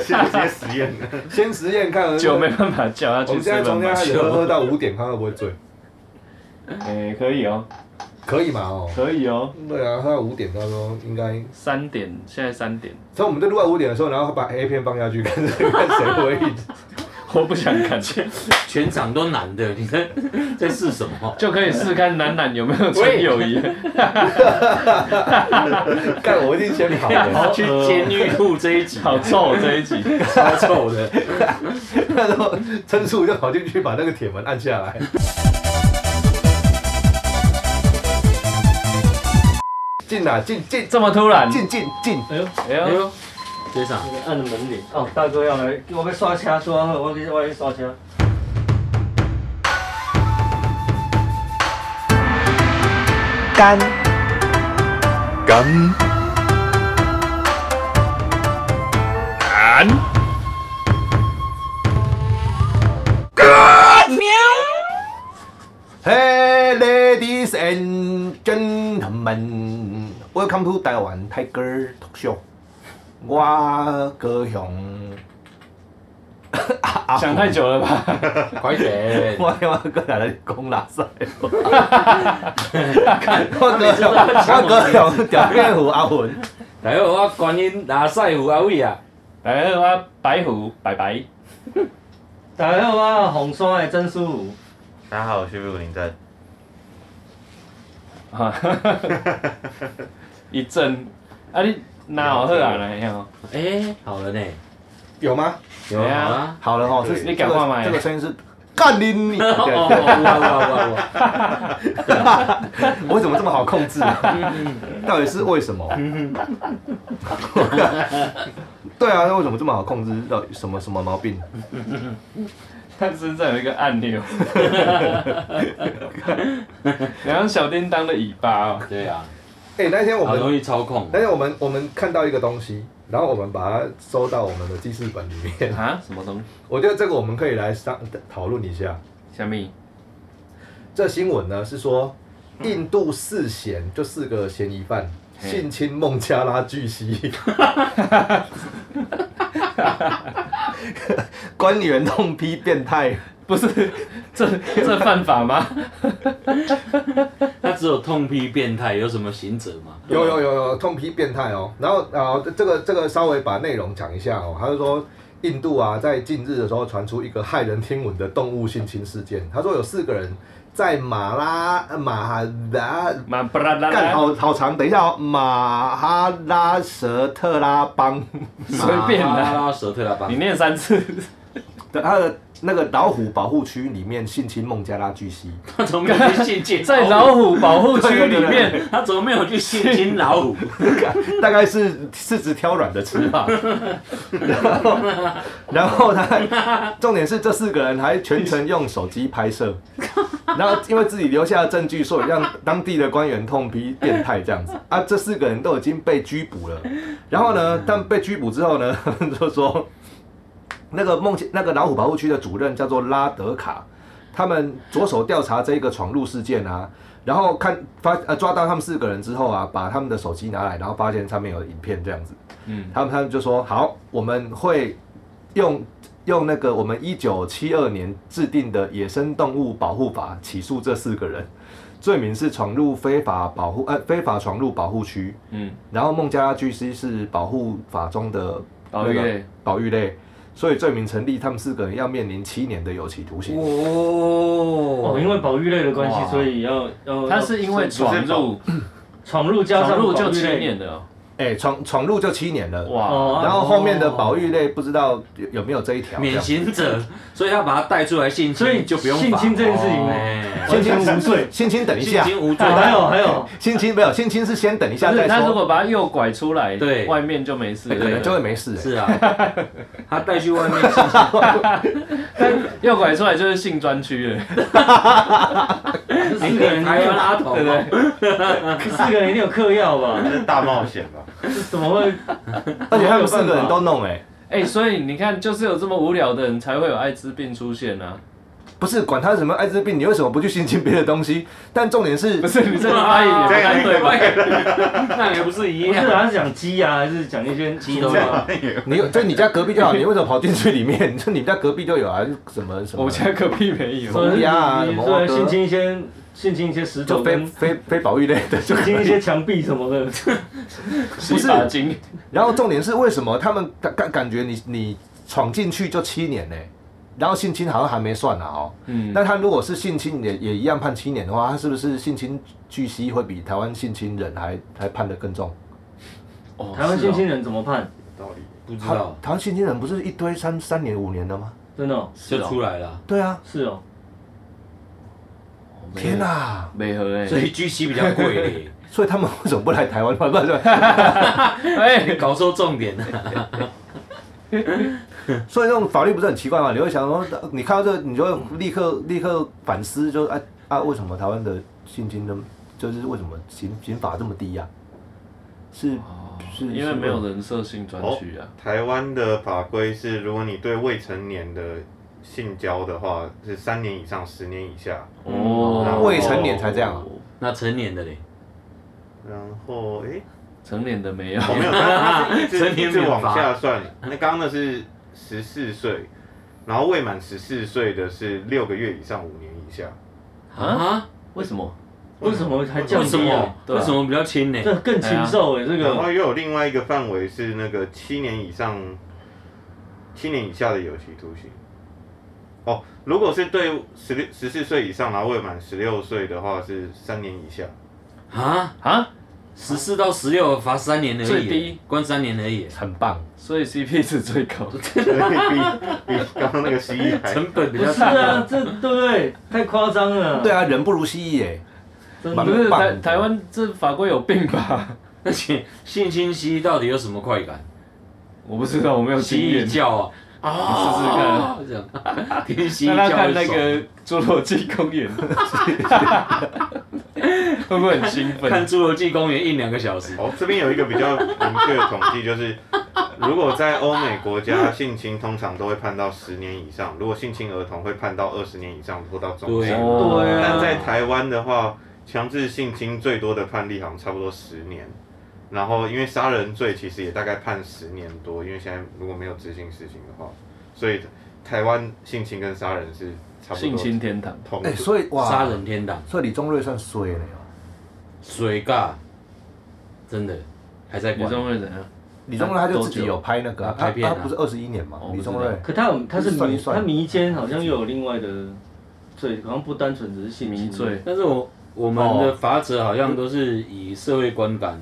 Speaker 5: 现在直接实验了，
Speaker 4: 先实验看。
Speaker 2: 酒没办法叫他
Speaker 4: 我
Speaker 2: 去
Speaker 4: 们
Speaker 2: 吃
Speaker 4: 现在
Speaker 2: 饭
Speaker 4: 从现在
Speaker 2: 吧
Speaker 4: 开。始喝喝到五点，看会不会醉，
Speaker 2: 哎，可以哦，
Speaker 4: 可以嘛？哦，
Speaker 2: 可以哦。
Speaker 4: 对啊，喝到五点，他说应该
Speaker 2: 三点，现在三点，
Speaker 4: 所以我们在录到五点的时候，然后把 A 片放下去，看谁看谁会赢。
Speaker 2: 我不想 看，
Speaker 3: 全场都男的，你在 在试什么？
Speaker 2: 就可以试试看男男有没有纯友谊。
Speaker 4: 干，我一定先跑 的。
Speaker 3: 去监狱录这 一集，
Speaker 2: 好臭这 一集，
Speaker 3: 超臭的。
Speaker 4: 然后陈叔就跑进去把那个铁门按下来。进啊，进进
Speaker 2: 这么突然，
Speaker 4: 进进进！
Speaker 1: 哎呦，
Speaker 2: 哎呦，
Speaker 3: 接上
Speaker 1: 那个按门铃哦，大哥要来，我被刷车刷好，我给我去刷车。
Speaker 6: 干
Speaker 5: 干
Speaker 4: 嘿 ladies and gentlemen，welcome to 台湾 Tiger Talk Show。我高雄，
Speaker 2: 想太久了吧？
Speaker 3: 快 点，
Speaker 4: 我我过来来讲垃圾。我高雄，我高雄条件有阿文，
Speaker 3: 来哦，我观音拉塞有阿伟啊，
Speaker 2: 来，我白虎，拜 拜。
Speaker 1: 大家好，我是红山的曾淑如。
Speaker 5: 大家好，我是魏武林在。
Speaker 2: 哈哈哈哈一阵，啊你哪有好啊那样？
Speaker 3: 哎，好了呢，
Speaker 4: 有吗？
Speaker 3: 有
Speaker 2: 对啊
Speaker 3: 啊，
Speaker 4: 好了哈，
Speaker 5: 对
Speaker 4: 是
Speaker 2: 你赶快买
Speaker 4: 这个声音是干你你！
Speaker 3: 哦
Speaker 4: 对
Speaker 3: 哦哦哦哦，
Speaker 4: 我怎么这么好控制呢？到底是为什么？对啊，那为什么这么好控制？到底什么什么毛病？
Speaker 2: 他身上有一个按 钮， 然后小叮当的尾巴哦，
Speaker 3: 对啊，
Speaker 4: 哎、那天我
Speaker 3: 好
Speaker 4: 们
Speaker 3: 容易操控
Speaker 4: 那，天我们我们看到一个东西，然后我们把它收到我们的记事本里面。
Speaker 2: 啊什么东西？
Speaker 4: 我觉得这个我们可以来商讨论一下。
Speaker 2: 小米，
Speaker 4: 这新闻呢是说，印度四嫌就四个嫌疑犯
Speaker 2: 嘿
Speaker 4: 性侵孟加拉巨蜥， 官员痛批变态，
Speaker 2: 不是 这这犯法吗？
Speaker 3: 他只有痛批变态，有什么行者吗？
Speaker 4: 有有有有痛批变态哦。然后啊、呃这个这个稍微把内容讲一下哦，他就说。印度啊，在近日的时候传出一个骇人听闻的动物性侵事件。他说有四个人在马拉呃马拉
Speaker 2: 马布拉拉
Speaker 4: 干
Speaker 2: 拉，
Speaker 4: 好好长，等一下哦，马哈拉舍特拉邦，
Speaker 3: 随
Speaker 2: 便啦
Speaker 3: 拉拉舌特拉邦
Speaker 2: 你，念三次，
Speaker 4: 对它的那个老虎保护区里面性侵孟加拉巨蜥，
Speaker 3: 他怎么没有去信进
Speaker 2: 在老虎保护区里面，
Speaker 3: 他怎么没有去信金老虎？
Speaker 4: 大概是是只挑软的吃吧。然后，然后他重点是这四个人还全程用手机拍摄，然后因为自己留下的证据，所以让当地的官员痛批变态这样子啊。这四个人都已经被拘捕了，然后呢，但被拘捕之后呢， 就说那个梦那个老虎保护区的主任叫做拉德卡，他们着手调查这个闯入事件啊。然后看发呃抓到他们四个人之后啊，把他们的手机拿来，然后发现上面有影片这样子，
Speaker 2: 嗯，
Speaker 4: 他们他们就说好，我们会用用那个我们一九七二年制定的野生动物保护法起诉这四个人，罪名是闯入非法保护呃非法闯入保护区，
Speaker 2: 嗯，
Speaker 4: 然后孟加拉巨蜥是保护法中的
Speaker 2: 保育类
Speaker 4: 保育类，所以罪名成立，他们四个人要面临七年的有期徒刑。
Speaker 1: 哦，
Speaker 3: 哦，
Speaker 1: 因为保育类的关
Speaker 2: 哇
Speaker 1: 系，所以要要。
Speaker 2: 他是因为闯入，
Speaker 1: 闯入加
Speaker 2: 闯
Speaker 1: 上
Speaker 2: 入就
Speaker 1: 保育
Speaker 2: 七
Speaker 1: 类
Speaker 2: 年了
Speaker 4: 哎，闯闯入就七年了。
Speaker 2: 哦，哇，
Speaker 1: 哦，啊
Speaker 4: 然后后面的保育类不知道有有没有这一条。
Speaker 3: 免行者，所以他把他带出来性
Speaker 1: 所以
Speaker 3: 侵就不用
Speaker 1: 性
Speaker 3: 罚。
Speaker 1: 侵这件事情，
Speaker 3: 哎
Speaker 1: 完全无罪。
Speaker 4: 性侵等一
Speaker 3: 性
Speaker 4: 下，
Speaker 3: 侵无罪，
Speaker 1: 还有还 有，
Speaker 4: 性侵没有，性侵是先等一下
Speaker 2: 但是
Speaker 4: 再
Speaker 2: 他如
Speaker 4: 说，
Speaker 2: 果把他右拐出来，
Speaker 3: 对
Speaker 2: 外面就没事
Speaker 4: 哎可能就
Speaker 2: 了。
Speaker 4: 会没事。
Speaker 3: 是啊，他带去外面性侵，
Speaker 2: 右拐出来就是性专区了，
Speaker 1: 四个人
Speaker 3: 台湾阿童
Speaker 2: 对不
Speaker 3: 哦，
Speaker 2: 对？
Speaker 1: 四个人一定有嗑药吧？
Speaker 5: 这是大冒险吧？
Speaker 1: 怎么会？
Speaker 4: 而且他们四个人都弄哎，
Speaker 2: 哎，所以你看，就是有这么无聊的人才会有艾滋病出现啊！
Speaker 4: 不是管他什么艾滋病，你为什么不去性侵别的东西？但重点是
Speaker 2: 不，是你这个发言也不太对吧？
Speaker 3: 那也不是一
Speaker 1: 不是
Speaker 3: 样。
Speaker 1: 他是讲鸡啊，还是讲一些
Speaker 3: 鸡都有，
Speaker 4: 你就你家隔壁就好，你为什么跑进去里面？ 就你们家隔壁就有啊，就什么什
Speaker 2: 我
Speaker 4: 么，
Speaker 2: 家隔壁没有。
Speaker 1: 说
Speaker 4: 乌鸦啊
Speaker 1: 你
Speaker 4: 什么
Speaker 1: 说
Speaker 4: 蚵仔
Speaker 1: 性侵一些性侵一些石头
Speaker 4: 就非
Speaker 1: 跟
Speaker 4: 非非保育类的就
Speaker 1: 性
Speaker 4: 可以
Speaker 1: 侵一些墙壁什么的，
Speaker 2: 洗发精，
Speaker 4: 然后重点是为什么他们感感感觉你你闯进去就七年呢、欸然后性侵好像还没算呢、哦。
Speaker 2: 嗯，
Speaker 4: 那他如果是性侵也也一样判七年的话，他是不是性侵巨蜥会比台湾性侵人还还判得更重？
Speaker 2: 哦
Speaker 1: 台湾
Speaker 2: 是哦
Speaker 1: 性侵人怎么判？
Speaker 5: 道理。
Speaker 3: 不知
Speaker 4: 台
Speaker 3: 道，
Speaker 4: 台湾性侵人不是一堆三三年五年的吗？
Speaker 1: 真的哦
Speaker 3: 就出来了。
Speaker 4: 对啊，
Speaker 1: 是哦，
Speaker 4: 天哪、啊！
Speaker 2: 没合哎，
Speaker 3: 所以 G 七比较贵嘞，
Speaker 4: 所以他们为什么不来台湾？不然不然
Speaker 2: 哎，
Speaker 3: 你搞错重点了。
Speaker 4: 所以这种法律不是很奇怪吗？你会想说，你看到这个，你就会立刻立刻反思，就是啊啊，为什么台湾的性侵的，就是为什么刑刑法这么低呀、是是
Speaker 2: 哦因为没有人设性专
Speaker 1: 哦
Speaker 2: 区啊。
Speaker 5: 台湾的法规是，如果你对未成年的性交的话，是三年以上十年以下。
Speaker 1: 嗯
Speaker 2: 哦
Speaker 4: 未成年才这样啊
Speaker 3: 那成年的嘞，
Speaker 5: 然后，诶，哦
Speaker 2: 成年的没有。
Speaker 5: 我没有，它它是
Speaker 3: 成
Speaker 5: 一直
Speaker 3: 年
Speaker 5: 一直
Speaker 3: 免
Speaker 5: 往
Speaker 3: 罚
Speaker 5: 下算。那刚刚的是十四岁，然后未满十四岁的是六个月以上五年以下。
Speaker 3: 啊？
Speaker 1: 为什么？为什么还降
Speaker 3: 为什
Speaker 1: 低
Speaker 3: 么
Speaker 1: 啊？？对
Speaker 3: 为
Speaker 1: 啊
Speaker 3: 什么比较轻呢？
Speaker 1: 这更禽兽哎，这
Speaker 5: 然后
Speaker 1: 个
Speaker 5: 又有另外一个范围是那个七年以上、七年以下的有期徒刑。哦，如果是对十六、十四岁以上，然后未满十六岁的话是三年以下。
Speaker 3: 啊？
Speaker 2: 啊，
Speaker 3: 十四到十六罚三年而已，
Speaker 2: 最低
Speaker 3: 关三年而已，
Speaker 4: 很棒，
Speaker 2: 所以 CP 值最高。
Speaker 5: 所以比比刚刚那个蜥蜴还
Speaker 3: 成本比
Speaker 1: 不
Speaker 3: 较
Speaker 1: 是
Speaker 3: 低。
Speaker 1: 啊，这对不对？太夸张
Speaker 2: 嗯
Speaker 1: 了。
Speaker 4: 对啊，人不如蜥蜴耶，
Speaker 1: 真
Speaker 4: 蛮
Speaker 2: 不
Speaker 1: 的，
Speaker 2: 是
Speaker 4: 棒
Speaker 2: 台
Speaker 4: 的
Speaker 2: 台湾这法规有病吧？
Speaker 3: 而且性侵蜥蜴到底有什么快感？
Speaker 2: 我不知道，我没有
Speaker 3: 蜥
Speaker 2: 经验
Speaker 3: 蜴。叫啊，
Speaker 1: 哦
Speaker 3: 啊
Speaker 2: 你
Speaker 3: 试 试看，听蜥
Speaker 2: 大
Speaker 3: 蜴
Speaker 2: 家
Speaker 3: 叫
Speaker 2: 看
Speaker 3: 很
Speaker 2: 那
Speaker 3: 爽。
Speaker 2: 个《侏罗纪公园》， 会不会很兴
Speaker 3: 看《
Speaker 2: 奋？
Speaker 3: 侏罗纪公园》一两个小时，
Speaker 5: 哦，这边有一个比较明确的统计，就是如果在欧美国家性侵通常都会判到十年以上，如果性侵儿童会判到二十年以上或到终
Speaker 3: 对
Speaker 5: 身。
Speaker 2: 哦
Speaker 1: 对
Speaker 5: 但
Speaker 1: 啊
Speaker 5: 在台湾的话，强制性侵最多的判例好像差不多十年，然后因为杀人罪其实也大概判十年多，因为现在如果没有执行死刑的话，所以台湾性侵跟杀人是差不多
Speaker 2: 性侵天堂，
Speaker 5: 同
Speaker 4: 哎、
Speaker 5: 等
Speaker 4: 所以哇，
Speaker 3: 杀，人天堂，
Speaker 4: 所以李宗瑞算衰了哟。
Speaker 3: 水尬，真的还在
Speaker 2: 你
Speaker 3: 管。
Speaker 2: 中会怎样？
Speaker 4: 李宗瑞他就自
Speaker 2: 多
Speaker 4: 己
Speaker 2: 久
Speaker 4: 有拍那个、
Speaker 3: 他拍片啊
Speaker 4: 他他不是二十一年嘛
Speaker 2: 哦？我
Speaker 4: 李
Speaker 2: 不知道
Speaker 4: 宗瑞
Speaker 1: 可他有他是
Speaker 4: 算一
Speaker 1: 迷
Speaker 4: 算
Speaker 1: 他迷奸，好像又有另外的罪，好像不单纯只是性侵
Speaker 2: 迷罪，
Speaker 3: 但是我我们的法则好像都是以社会观感，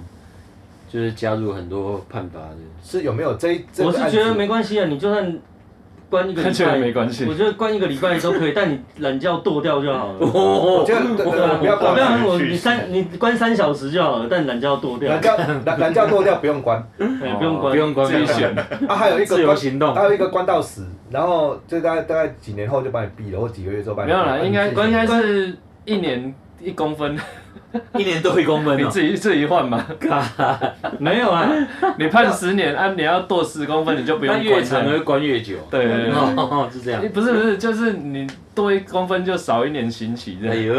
Speaker 3: 就是加入很多判罚的。
Speaker 4: 是有没有这一？这
Speaker 1: 我
Speaker 4: 个
Speaker 1: 是
Speaker 4: 案
Speaker 1: 觉得
Speaker 4: 子
Speaker 1: 没关系啊，你就算关一个
Speaker 2: 他
Speaker 1: 礼
Speaker 2: 觉得
Speaker 1: 拜
Speaker 2: 没关系
Speaker 1: 我觉得关一个礼拜都可以，但你懒觉剁掉就 好了。
Speaker 2: 哦
Speaker 4: 我觉得
Speaker 1: 对啊
Speaker 4: 不要
Speaker 1: 我
Speaker 4: 关
Speaker 1: 不要
Speaker 5: 很
Speaker 1: 我
Speaker 5: 去
Speaker 1: 你三你关三小时就好了，但懒觉剁 掉
Speaker 4: 蓝，教蓝蓝教剁掉不用关
Speaker 1: 哎不用
Speaker 3: 不
Speaker 1: 关。
Speaker 3: 用关，
Speaker 2: 自己 选。
Speaker 4: 啊，还有一个
Speaker 3: 自由
Speaker 4: 关
Speaker 3: 行动
Speaker 4: 还有一个关到死，然后就大概大概几年后就把你毙了，或几个月之后把
Speaker 2: 没
Speaker 4: 你
Speaker 2: 有
Speaker 4: 毙
Speaker 2: 啦，
Speaker 4: 了
Speaker 2: 应该
Speaker 4: 你自己
Speaker 2: 应该是一年一公分，
Speaker 3: 一年多一公分
Speaker 2: 你
Speaker 3: 哦。
Speaker 2: 自己自己换嘛。
Speaker 1: 没有啊，
Speaker 2: 你判十年，啊，你要剁十公分，你就不
Speaker 3: 那
Speaker 2: 用
Speaker 3: 越
Speaker 2: 管
Speaker 3: 长
Speaker 2: 它。
Speaker 3: 会关越久。
Speaker 2: 对对对
Speaker 3: 哦，是这样
Speaker 2: 你。不是不是，就是你多一公分就少一年刑期
Speaker 3: 哎
Speaker 2: 的，
Speaker 3: 呦，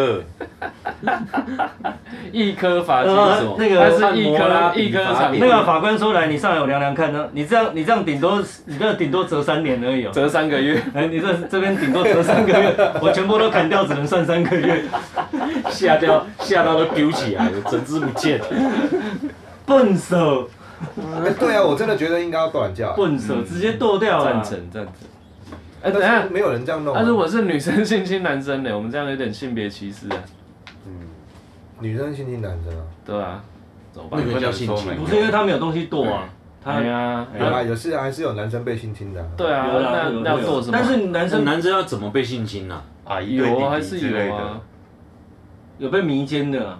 Speaker 2: 一颗罚金
Speaker 1: 呃
Speaker 2: 什么？
Speaker 1: 那个啊
Speaker 2: 它是一
Speaker 3: 按摩啦
Speaker 2: 颗一颗
Speaker 3: 比法
Speaker 2: 长
Speaker 3: 比
Speaker 1: 那个法官说来，你上来我量量看呢。你这样你这样顶多你这顶多折三年而已哦。
Speaker 2: 折三个月，
Speaker 1: 哎，你这这边顶多折三个月，我全部都砍掉，只能算三个月。
Speaker 3: 吓掉吓到都丢起来了，整只不见。
Speaker 1: 笨手，
Speaker 4: 哎对啊，我真的觉得应该要断教，
Speaker 1: 笨手，直接剁掉啊了
Speaker 2: 嗯赞。成赞成。啊哎，等一
Speaker 4: 但
Speaker 2: 下
Speaker 4: 是，没有人这样弄啊。
Speaker 2: 那如果是女生性侵男生呢？我们这样有点性别歧视啊，
Speaker 4: 女生性侵男生啊，
Speaker 2: 对吧？走吧
Speaker 3: 那。个叫性
Speaker 5: 不能说
Speaker 3: 侵
Speaker 5: 没
Speaker 1: 不是因为他没有东西剁啊，他
Speaker 2: 哎呀，
Speaker 4: 有啊，有是还是有男生被性侵的啊。
Speaker 2: 对啊，
Speaker 1: 有啦
Speaker 2: 那
Speaker 1: 有
Speaker 2: 那要做什么？
Speaker 1: 但是男
Speaker 3: 但是
Speaker 1: 生
Speaker 3: 男生要怎么被性侵呢？
Speaker 5: 阿姨对
Speaker 2: 有啊还
Speaker 5: 弟弟
Speaker 2: 是
Speaker 5: 之类
Speaker 2: 有
Speaker 5: 的
Speaker 2: 啊，，
Speaker 1: 有被迷奸的啊，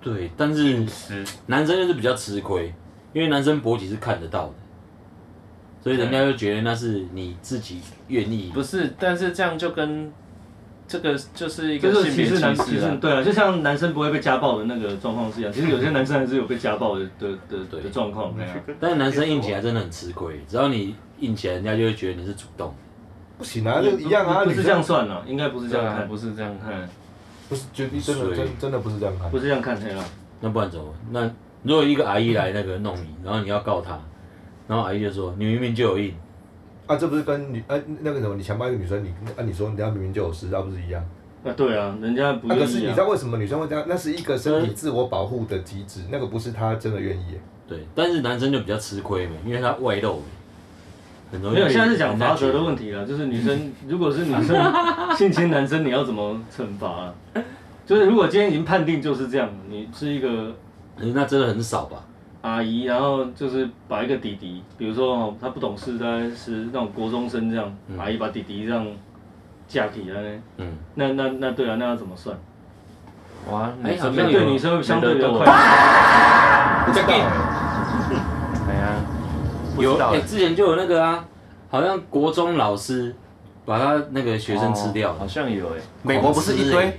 Speaker 3: 对，但是
Speaker 5: 是
Speaker 3: 男生就是比较吃亏，因为男生勃起是看得到的，所以人家就觉得那是你自己愿意。
Speaker 2: 不是？但是这样就跟这个就是一
Speaker 1: 就
Speaker 2: 个
Speaker 1: 是
Speaker 2: 性
Speaker 1: 歧
Speaker 2: 别
Speaker 1: 视男
Speaker 2: 歧
Speaker 1: 歧
Speaker 2: 视
Speaker 1: 视，
Speaker 2: 啊。
Speaker 1: 对啊，就像男生不会被家暴的那个状况是一样，其实有些男生还是有被家暴的的的的的状
Speaker 2: 嗯
Speaker 1: 况，哎呀
Speaker 3: 但是男生硬起来真的很吃亏，只要你硬起来，人家就会觉得你是主动。
Speaker 4: 不行啊，就一样啊，
Speaker 1: 不
Speaker 4: 女
Speaker 1: 是
Speaker 4: 生
Speaker 1: 这样，算了，应该不是这
Speaker 2: 对
Speaker 1: 样
Speaker 2: 啊，
Speaker 1: 看，
Speaker 2: 不是这样看。
Speaker 1: 嗯，
Speaker 4: 不是绝对真
Speaker 3: 所
Speaker 4: 的
Speaker 3: 以
Speaker 4: 真真的不是这样啊看
Speaker 1: 不。是这样看，哎呀，
Speaker 3: 那不然怎么？那如果一个阿姨来那个弄你，然后你要告她，然后阿姨就说你明明就有硬，
Speaker 4: 啊，这不是跟女呃那个什么，你强暴一个女生，你啊你说人家明明就有事，那不是一样？
Speaker 1: 啊对啊，人家不
Speaker 4: 啊，可
Speaker 1: 愿
Speaker 4: 是
Speaker 1: 意
Speaker 4: 你知
Speaker 1: 啊
Speaker 4: 道，为什么女生会这样？那是一个身体自我保护的机制，那个不是她真的愿意耶。
Speaker 3: 对，但是男生就比较吃亏嘛，因为他外露，很容易
Speaker 1: 没
Speaker 3: 被
Speaker 1: 有，
Speaker 3: 人家觉得。
Speaker 1: 现在是讲罚则的问题了，啊就是女生如果是女 生性侵男生，你要怎么惩罚啊？就是如果今天已经判定就是这样，你是一个
Speaker 3: 可是那真的很少吧？
Speaker 1: 阿姨，然后就是把一个弟弟，比如说哦，他不懂事，大概是那种国中生这样，
Speaker 3: 嗯
Speaker 1: 阿姨把弟弟这样架起来，
Speaker 3: 嗯，
Speaker 1: 那那那对啊，那要怎么算？
Speaker 2: 哇，
Speaker 3: 哎
Speaker 2: 女生
Speaker 1: 所以
Speaker 3: 好像
Speaker 1: 对
Speaker 3: 有
Speaker 1: 女生会相对比较
Speaker 3: 有
Speaker 1: 快。
Speaker 2: 啊
Speaker 4: 不知道欸
Speaker 2: 哎呀，
Speaker 5: 不
Speaker 3: 有
Speaker 5: 知道
Speaker 3: 哎、
Speaker 5: 欸
Speaker 3: 之前就有那个啊，好像国中老师把他那个学生吃掉
Speaker 2: 哦
Speaker 3: 了，
Speaker 2: 好像有哎，
Speaker 4: 美国不是一堆，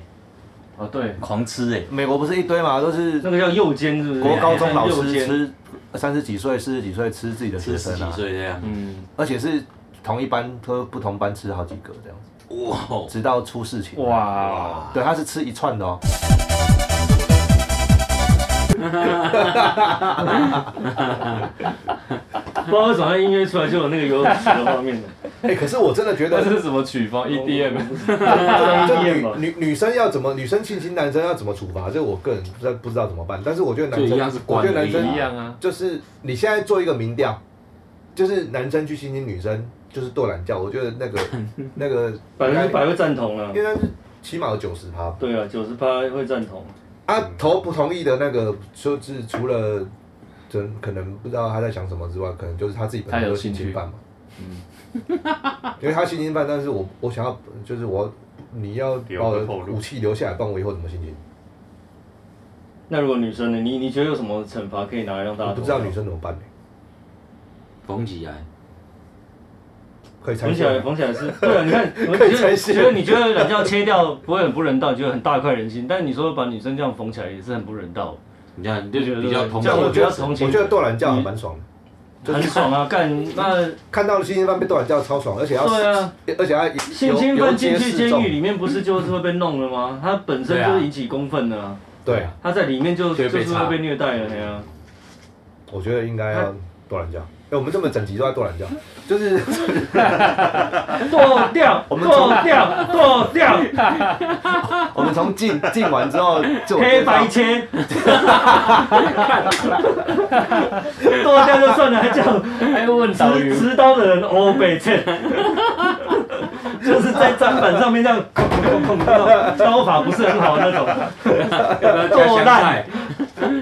Speaker 2: 哦对，
Speaker 3: 狂吃哎、
Speaker 1: 欸
Speaker 4: 美国不是一堆嘛，都是
Speaker 1: 那个叫右肩，是不是？
Speaker 4: 国高中老
Speaker 1: 右
Speaker 4: 师
Speaker 1: 肩，
Speaker 4: 吃三十几岁、四十几岁吃自己的学
Speaker 3: 吃十
Speaker 4: 生
Speaker 3: 几
Speaker 4: 啊，
Speaker 3: 岁这样，
Speaker 2: 嗯，
Speaker 4: 而且是同一班和不同班吃好几个这样子，
Speaker 3: 哇哦，
Speaker 4: 直到出事情。
Speaker 2: 嗯哇，
Speaker 4: 对，他是吃一串的哦。
Speaker 1: 不知道为什么他音乐出来就有那个游泳池的画面了。 哦
Speaker 4: 哎，可是我真的觉
Speaker 2: 这
Speaker 4: 得，
Speaker 2: 是什么曲
Speaker 3: 哦
Speaker 2: 风？EDM，
Speaker 1: E 啊
Speaker 4: 这
Speaker 1: 这
Speaker 4: 女
Speaker 1: 吧。
Speaker 4: 女女生要怎么，女生性侵男生要怎么处罚，这我个人不知道不知道怎么办。但是我觉得男
Speaker 3: 就
Speaker 4: 生，
Speaker 3: 一样是
Speaker 4: 我
Speaker 3: 管
Speaker 4: 觉
Speaker 3: 理
Speaker 4: 得男
Speaker 2: 一
Speaker 4: 生
Speaker 2: 样啊，
Speaker 4: 就是你现在做一个民调，就是男生去性侵女生就是堕懒觉，我觉得 那个那个
Speaker 1: 百分之百会赞同了。
Speaker 4: 应该是起码有九十趴吧。
Speaker 1: 对啊，九十趴会赞同。
Speaker 4: 啊，投不同意的那个，就是除了，就可能不知道他在想什么之外，可能就是他自己本
Speaker 2: 他
Speaker 4: 身
Speaker 2: 有
Speaker 4: 就是性
Speaker 2: 兴
Speaker 4: 侵
Speaker 2: 趣
Speaker 4: 犯嘛。嗯， 因为他性侵犯，但是我我想要，就是我你要把我
Speaker 5: 留个
Speaker 4: 的
Speaker 5: 后路
Speaker 4: 武器留下来，不然我以后怎么性侵？
Speaker 1: 那如果女生呢？你你觉得有什么惩罚可以拿来让大家
Speaker 4: 我
Speaker 1: 投
Speaker 4: 不
Speaker 1: 票？
Speaker 4: 知道女生怎么办呢？
Speaker 3: 缝起来，
Speaker 4: 可以拆
Speaker 1: 缝起来，
Speaker 4: 线吗，
Speaker 1: 缝起来是，对啊，你 看，我
Speaker 4: 可以
Speaker 1: 觉
Speaker 4: 拆
Speaker 1: 得
Speaker 4: 卸
Speaker 1: 觉得你觉得懒觉切掉不会很不人道，觉得很大快人心，但你说把女生这样缝起来也是很不人道，
Speaker 3: 你看你就觉得比较同
Speaker 1: 这样
Speaker 3: 情
Speaker 1: 我
Speaker 4: 我
Speaker 1: 觉
Speaker 4: 觉
Speaker 1: 得
Speaker 4: 得
Speaker 1: 同情
Speaker 4: 我觉得斗懒觉还蛮爽的，
Speaker 1: 很爽 啊！干那
Speaker 4: 看到性侵犯被斗懒觉超爽，而且要
Speaker 1: 对啊，
Speaker 4: 而且要
Speaker 1: 性侵犯进去监狱
Speaker 4: 里，
Speaker 1: 里面不是就是会被弄了吗？他本身就是引起公愤的啊，
Speaker 4: 对，
Speaker 1: 他在里面就
Speaker 3: 就
Speaker 1: 就
Speaker 3: 会被
Speaker 1: 是
Speaker 3: 查
Speaker 1: 会被虐待了，哎 呀，
Speaker 4: 我觉得应该要斗懒觉。哎，我们这么整集都在斗懒觉， 就是
Speaker 1: 剁掉，
Speaker 4: 我们
Speaker 1: 剁掉，剁掉，
Speaker 4: 我们从进进完之后，就我
Speaker 1: 黑
Speaker 4: 介绍
Speaker 1: 白切， 剁掉就算了，还叫
Speaker 2: 还哎问导
Speaker 1: 持
Speaker 2: 游，
Speaker 1: 持刀的人欧北切，就是在砧板上面这样哐哐哐哐哐，刀法不是很好那种，
Speaker 3: 要不要加香菜？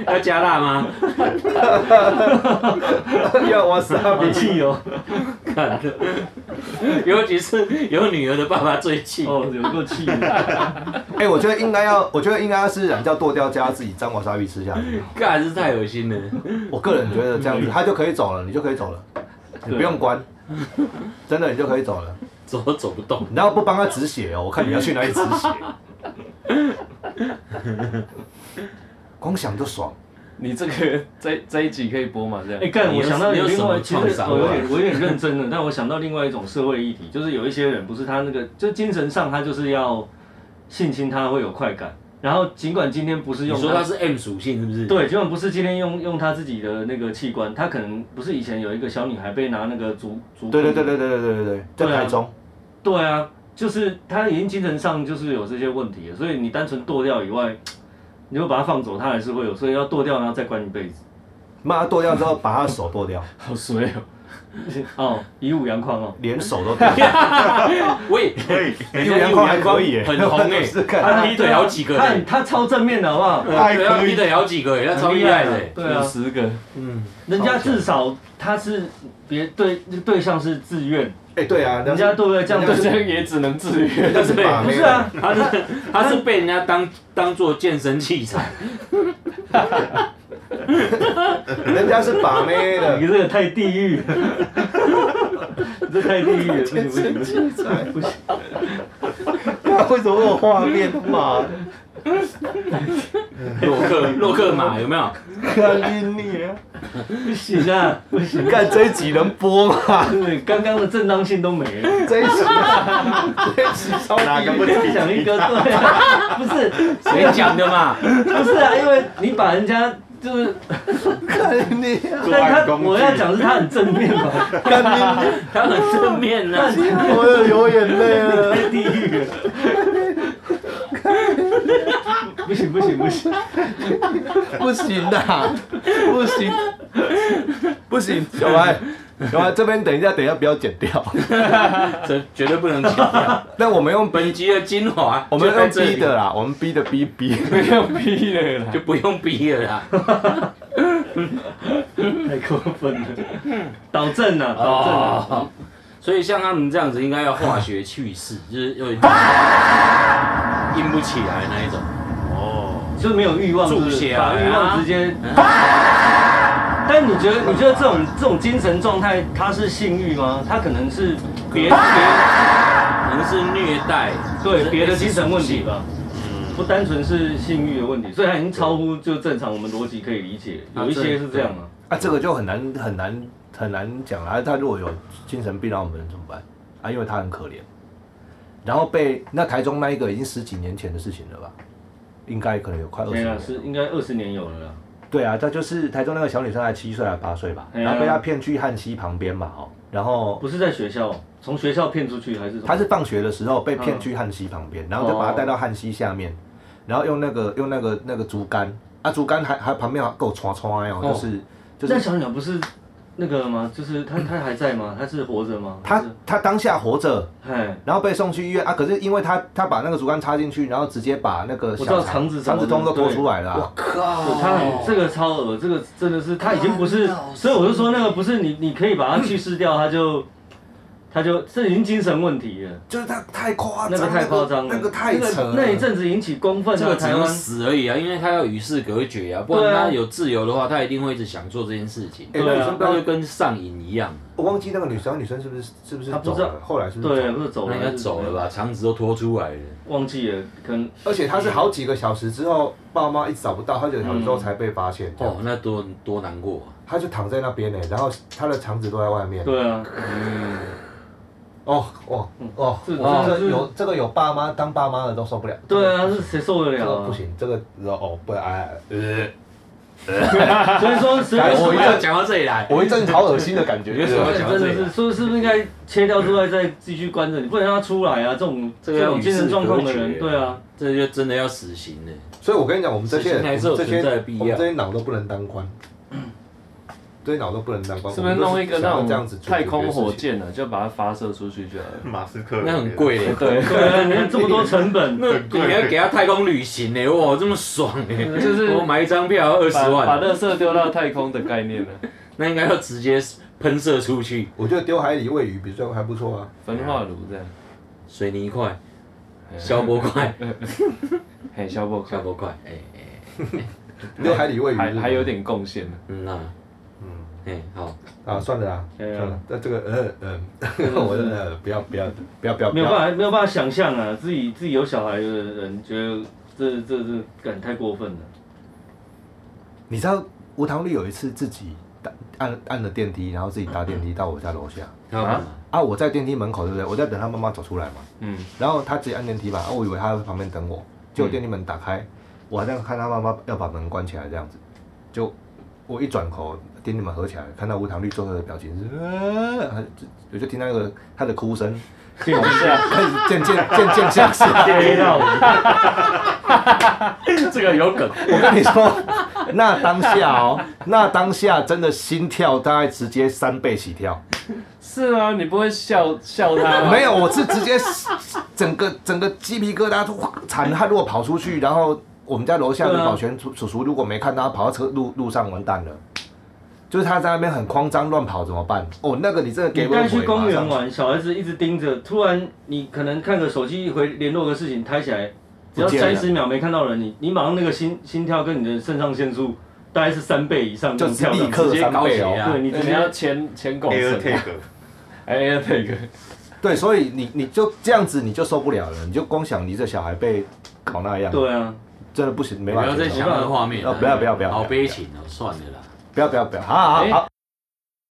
Speaker 3: 要加辣吗？
Speaker 4: 要哇塞，
Speaker 1: 好气哦，
Speaker 3: 看，尤其是有女儿的爸爸最气，
Speaker 1: 哦，有够气的，
Speaker 4: 哎、我觉得应该要，我觉得应该是染叫剁掉加自己沾瓦沙比吃下 去。
Speaker 3: 干是太恶心了。
Speaker 4: 我个人觉得这样
Speaker 1: 嗯
Speaker 4: 子，他就可以走了，你就可以走了，你不用 关，真的你就可以走了。
Speaker 3: 走都走不动，
Speaker 4: 你要不帮他止血哦，我看你要去哪里止血。光想就爽，
Speaker 2: 你这个这这一集可以播吗？这样
Speaker 1: 哎，，干，我想到
Speaker 3: 你
Speaker 1: 有
Speaker 3: 有什
Speaker 1: 另外，
Speaker 3: 么
Speaker 1: 其
Speaker 3: 创
Speaker 1: 实
Speaker 3: 伤啊
Speaker 1: 我有点我有点认真了，但我想到另外一种社会议题，就是有一些人不是他那个，就精神上他就是要性侵他会有快感，然后尽管今天不是
Speaker 3: 你
Speaker 1: 用
Speaker 3: 说他是 M 属性是不是？，
Speaker 1: 对，就算不是今天用用他自己的那个器官，他可能不是以前有一个小女孩被拿那个竹竹
Speaker 4: 对对对对对对对对对，在台中，
Speaker 1: 对啊，就是他已经精神上就是有这些问题了，所以你单纯剁掉以外，你就把他放走，他还是会有，所以要剁掉然后再关一辈子。
Speaker 4: 骂他剁掉之后，把他的手剁掉，
Speaker 2: 好衰哦，
Speaker 1: 哦，以武扬匡哦，
Speaker 4: 连手都剁掉。
Speaker 3: 喂，
Speaker 4: 一五阳光还可以耶，
Speaker 3: 很红哎
Speaker 4: 是看
Speaker 3: 他劈腿好几个
Speaker 1: 他
Speaker 3: 嘞，
Speaker 1: 他超正面的好不好？
Speaker 3: 他劈腿好几个哎，他超厉害的欸。
Speaker 1: 对啊
Speaker 2: 五，十个，
Speaker 3: 嗯，
Speaker 1: 人家至少他是别对对象是自愿，
Speaker 4: 哎、对啊，
Speaker 1: 人家对不对？这样
Speaker 4: 人
Speaker 2: 这
Speaker 4: 家
Speaker 1: 对
Speaker 2: 样也只能自 愈。
Speaker 4: 但是把
Speaker 1: 不
Speaker 4: 妹
Speaker 1: 是
Speaker 4: 的
Speaker 1: 啊，
Speaker 3: 他是他是被人家当当做健身器 材，
Speaker 4: 人家是把妹的
Speaker 1: 你，这个太地狱了，你这太地狱了，不行不行不行不行，
Speaker 4: 那为什么会有画面嘛？
Speaker 3: 洛克洛克马有没有？
Speaker 4: 看晕你啊！
Speaker 1: 不行啊，不行，
Speaker 4: 看这一集能播吗？
Speaker 1: 对，刚刚的正当性都没了。
Speaker 4: 这一集，这一集超
Speaker 5: 哪个不
Speaker 4: 低
Speaker 1: 分享一个对啊，不是
Speaker 3: 谁讲的嘛？
Speaker 1: 不是啊，因为你把人家就是，
Speaker 4: 看你啊！
Speaker 5: 作
Speaker 1: 但
Speaker 5: 案
Speaker 1: 他
Speaker 5: 工具
Speaker 1: 我要讲是他很正面嘛，
Speaker 4: 看你，
Speaker 3: 他很正面啊 呢。
Speaker 4: 我又流眼泪了。
Speaker 1: 太地狱了。不行不行不行，
Speaker 4: 不行的，不行，不行，小白，小白这边等一下，等一下不要剪掉。
Speaker 3: 这绝对不能剪掉。
Speaker 4: 那我们用
Speaker 3: 本集的精华，
Speaker 4: 我们用逼
Speaker 3: 逼
Speaker 4: 的，啦，我们逼的逼逼。
Speaker 2: 没有屁了啦
Speaker 3: 就！不用逼了啦。
Speaker 1: 太过分了，
Speaker 3: 嗯
Speaker 1: 导正啊导正啊，
Speaker 3: 哦，所以像他们这样子，应该要化 学去世，就是有点硬不起来那一种。
Speaker 5: 哦，
Speaker 1: 就是没有欲望，
Speaker 3: 注
Speaker 1: 是不是
Speaker 3: 血啊
Speaker 1: 把欲望直接
Speaker 3: 嗯。
Speaker 1: 但你觉得你觉得这种这种精神状态，它是性欲吗？它可能是别别
Speaker 3: 可能是虐待，
Speaker 1: 对别的精神问题吧，不
Speaker 3: 嗯，
Speaker 1: 单纯是性欲的问题，所以它已经超乎就正常我们逻辑可以理解。
Speaker 3: 啊
Speaker 1: 有一些是这样啊，
Speaker 4: 啊，这个就很难很难很难讲啊。他如果有精神病，那我们能怎么办啊？因为他很可怜，然后被那台中那一个已经十几年前的事情了吧？应该可能有快二十
Speaker 1: 对啊，
Speaker 4: 年。
Speaker 1: 是应该二十年有了啦。
Speaker 4: 对啊，他就是台中那个小女生，才七岁还是八岁吧，
Speaker 1: 哎呀
Speaker 4: 然后被他骗去汉溪旁边嘛，哦，然后
Speaker 1: 不是在学校，哦从学校骗出去还是什么？嗯哦
Speaker 4: 他是放学的时候被骗去汉溪旁边，然后就把他带到汉溪下面，然后用那个用那个那个竹竿，啊竹竿还还旁边还够穿穿哦，
Speaker 1: 哦
Speaker 4: 就是就
Speaker 1: 那
Speaker 4: 是
Speaker 1: 小鸟不是那个吗？就是他他还在吗？他是活着吗？
Speaker 4: 他
Speaker 1: 还哦是
Speaker 4: 他当下活着，
Speaker 1: 哎，
Speaker 4: 然后被送去医院啊，可是因为他他把那个竹竿插进去，然后直接把那个
Speaker 1: 我知
Speaker 4: 小
Speaker 1: 道肠子什
Speaker 4: 肠
Speaker 1: 么
Speaker 4: 子
Speaker 1: 的
Speaker 4: 通都拖出来了啊、
Speaker 3: 我靠
Speaker 1: 对，他很这个超恶，这个真的是他已经不是，所以我就说那个不是你你可以把它去世掉，他就他就这已经精神问题了，
Speaker 4: 就是他太夸
Speaker 1: 那
Speaker 4: 张，
Speaker 1: 个太夸张了，
Speaker 4: 那个太扯了，
Speaker 1: 那一阵子引起公愤
Speaker 3: 这
Speaker 1: 啊，
Speaker 3: 个只
Speaker 1: 台
Speaker 3: 能
Speaker 1: 湾
Speaker 3: 死而已啊，因为他要与世隔绝啊，不
Speaker 1: 对
Speaker 3: 然
Speaker 1: 啊
Speaker 3: 他有自由的话，他一定会一直想做这件事情，
Speaker 4: 哎、
Speaker 1: 对
Speaker 4: 那
Speaker 1: 啊
Speaker 4: 女生
Speaker 3: 那
Speaker 4: 不要
Speaker 3: 就跟上瘾一样，
Speaker 4: 我忘记那个女生，女生是不是是不是
Speaker 1: 她不
Speaker 4: 走
Speaker 1: 知道
Speaker 4: 了？后来是不是走
Speaker 1: 对，啊
Speaker 4: 了？
Speaker 1: 不是走
Speaker 3: 那
Speaker 1: 了，
Speaker 3: 应该走了吧，肠子都拖出来了，
Speaker 1: 忘记了，可能
Speaker 4: 而且她是好几个小时之后，爸妈一直找不到，她几个小时之
Speaker 1: 嗯
Speaker 4: 后才被发现。这样
Speaker 3: 哦，那多多难过啊，
Speaker 4: 他就躺在那边呢，然后他的肠子都在外面。
Speaker 1: 对啊，
Speaker 4: 哦哦哦，
Speaker 1: 这
Speaker 4: 哇
Speaker 1: 这
Speaker 4: 这
Speaker 1: 这
Speaker 4: 个有这个有爸妈当爸妈的都受不了。
Speaker 1: 对啊，是谁受得
Speaker 4: 这
Speaker 1: 了
Speaker 4: 个
Speaker 1: 啊
Speaker 4: 不？行，这个哦不哎呃，
Speaker 1: 所以说，所以
Speaker 4: 哎
Speaker 1: 说
Speaker 4: 我一
Speaker 3: 不
Speaker 4: 阵
Speaker 3: 要讲到这里来，
Speaker 4: 我一阵好恶心的感觉。
Speaker 3: 有什么讲到
Speaker 1: 真的
Speaker 3: 这里
Speaker 1: 是
Speaker 3: 来？
Speaker 1: 说是不是应该切掉之外再继续关着你，不能让他出来啊！这种
Speaker 3: 这个要
Speaker 1: 种精神状况的
Speaker 3: 与
Speaker 1: 人，
Speaker 3: 世隔绝
Speaker 1: 对啊，
Speaker 3: 这就真的要死刑了。
Speaker 4: 所以我跟你讲，我们这些人，
Speaker 3: 事情还是
Speaker 4: 我
Speaker 3: 有
Speaker 4: 们这些
Speaker 3: 存在的必要
Speaker 4: 我们这些脑都不能当官，这些脑都不能当官。
Speaker 2: 是不是弄一个
Speaker 4: 我
Speaker 2: 那
Speaker 4: 们都是想要这
Speaker 2: 种
Speaker 4: 样子处理
Speaker 2: 太空火
Speaker 4: 这些事情？
Speaker 2: 箭呢、啊就把它发射出去就好了。
Speaker 5: 马斯克
Speaker 3: 那很，贵嘞，
Speaker 2: 对，
Speaker 1: 对啊，你看这么多成本，
Speaker 3: 那你要给他太空旅行嘞，哇，这么爽哎，
Speaker 2: 就是
Speaker 3: 我买一张票二十
Speaker 2: 把把
Speaker 3: 万，
Speaker 2: 垃圾丢到太空的概念呢，
Speaker 3: 那应该要直接喷射出去，
Speaker 4: 我觉得丢海里喂鱼比这个还不错啊。
Speaker 2: 焚化炉这样。
Speaker 3: 水泥块，消波块，
Speaker 2: 嘿，消波
Speaker 3: 消
Speaker 2: 克
Speaker 3: 波块，哎哎，
Speaker 4: 丢海里喂鱼
Speaker 2: 还还有
Speaker 4: 有
Speaker 2: 点贡献呢。
Speaker 3: 嗯啊，
Speaker 5: 嗯，
Speaker 3: 哎好，
Speaker 4: 啊，算了啦，
Speaker 1: 对啊
Speaker 4: 算了。那这个呃呃， 我呃不要不要不要不要，
Speaker 1: 没有
Speaker 4: 不要
Speaker 1: 办法，没有办法想象啊，自己自己有小孩的人觉得这这这感太过分了。
Speaker 4: 你知道吴唐律有一次自己搭按按了电梯，然后自己搭电梯到我家楼下
Speaker 3: 他要干嘛？
Speaker 4: 啊，我在电梯门口对不对？我在等他妈妈走出来嘛，
Speaker 2: 嗯，
Speaker 4: 然后他自己按电梯嘛，啊我以为他在旁边等我，结果电梯门打开，我还在看他妈妈要把门关起来这样子，就我一转头，电梯门合起来，看到吴唐律最后的表情是，呃、他就我就听到那个他的哭声，
Speaker 1: 见下，
Speaker 4: 开始渐渐渐渐下降。
Speaker 1: 跌到
Speaker 3: 这个有梗，
Speaker 4: 我跟你说，那当下哦，那当下真的心跳大概直接三倍起跳。
Speaker 2: 是啊，你不会笑笑他吗？
Speaker 4: 没有，我是直接整个整个鸡皮疙瘩都惨汗，如果跑出去，然后我们家楼下的
Speaker 1: 对啊
Speaker 4: 保全叔叔叔如果没看到他跑到车路路上，完蛋了。就是他在那边很慌张乱跑怎么办？哦，那个你真的
Speaker 1: 你
Speaker 4: 给我
Speaker 1: 带去
Speaker 4: 回
Speaker 1: 公园
Speaker 4: 马上
Speaker 1: 玩，小孩子一直盯着，突然你可能看个手机回联络个事情，抬起来，只要
Speaker 4: 不见了
Speaker 1: 三十秒没看到人，你你马上那个心心跳跟你的肾上腺素大概是三倍以上，
Speaker 4: 就
Speaker 1: 这种跳
Speaker 4: 立
Speaker 1: 上
Speaker 4: 刻
Speaker 3: 直接
Speaker 4: 三
Speaker 3: 高
Speaker 4: 倍
Speaker 3: 血
Speaker 4: 哦。
Speaker 3: 压
Speaker 1: 对你
Speaker 2: 那
Speaker 1: 直
Speaker 2: 你
Speaker 1: 接
Speaker 2: 要牵牵狗绳
Speaker 5: Air
Speaker 2: 啊。
Speaker 5: Tag，
Speaker 2: 哎呀，那个
Speaker 4: 对，所以你你就这样子你就受不了了，你就光想你这小孩被搞那样，
Speaker 1: 对啊，
Speaker 4: 真的不行，没
Speaker 3: 不
Speaker 4: 办
Speaker 3: 要
Speaker 4: 法
Speaker 3: 再
Speaker 4: 接受。
Speaker 3: 想那个画面了，
Speaker 4: 哦不要不要不要
Speaker 3: 好悲情哦，算了啦。
Speaker 4: 不要不要不要，好好好
Speaker 2: 哎
Speaker 4: 好，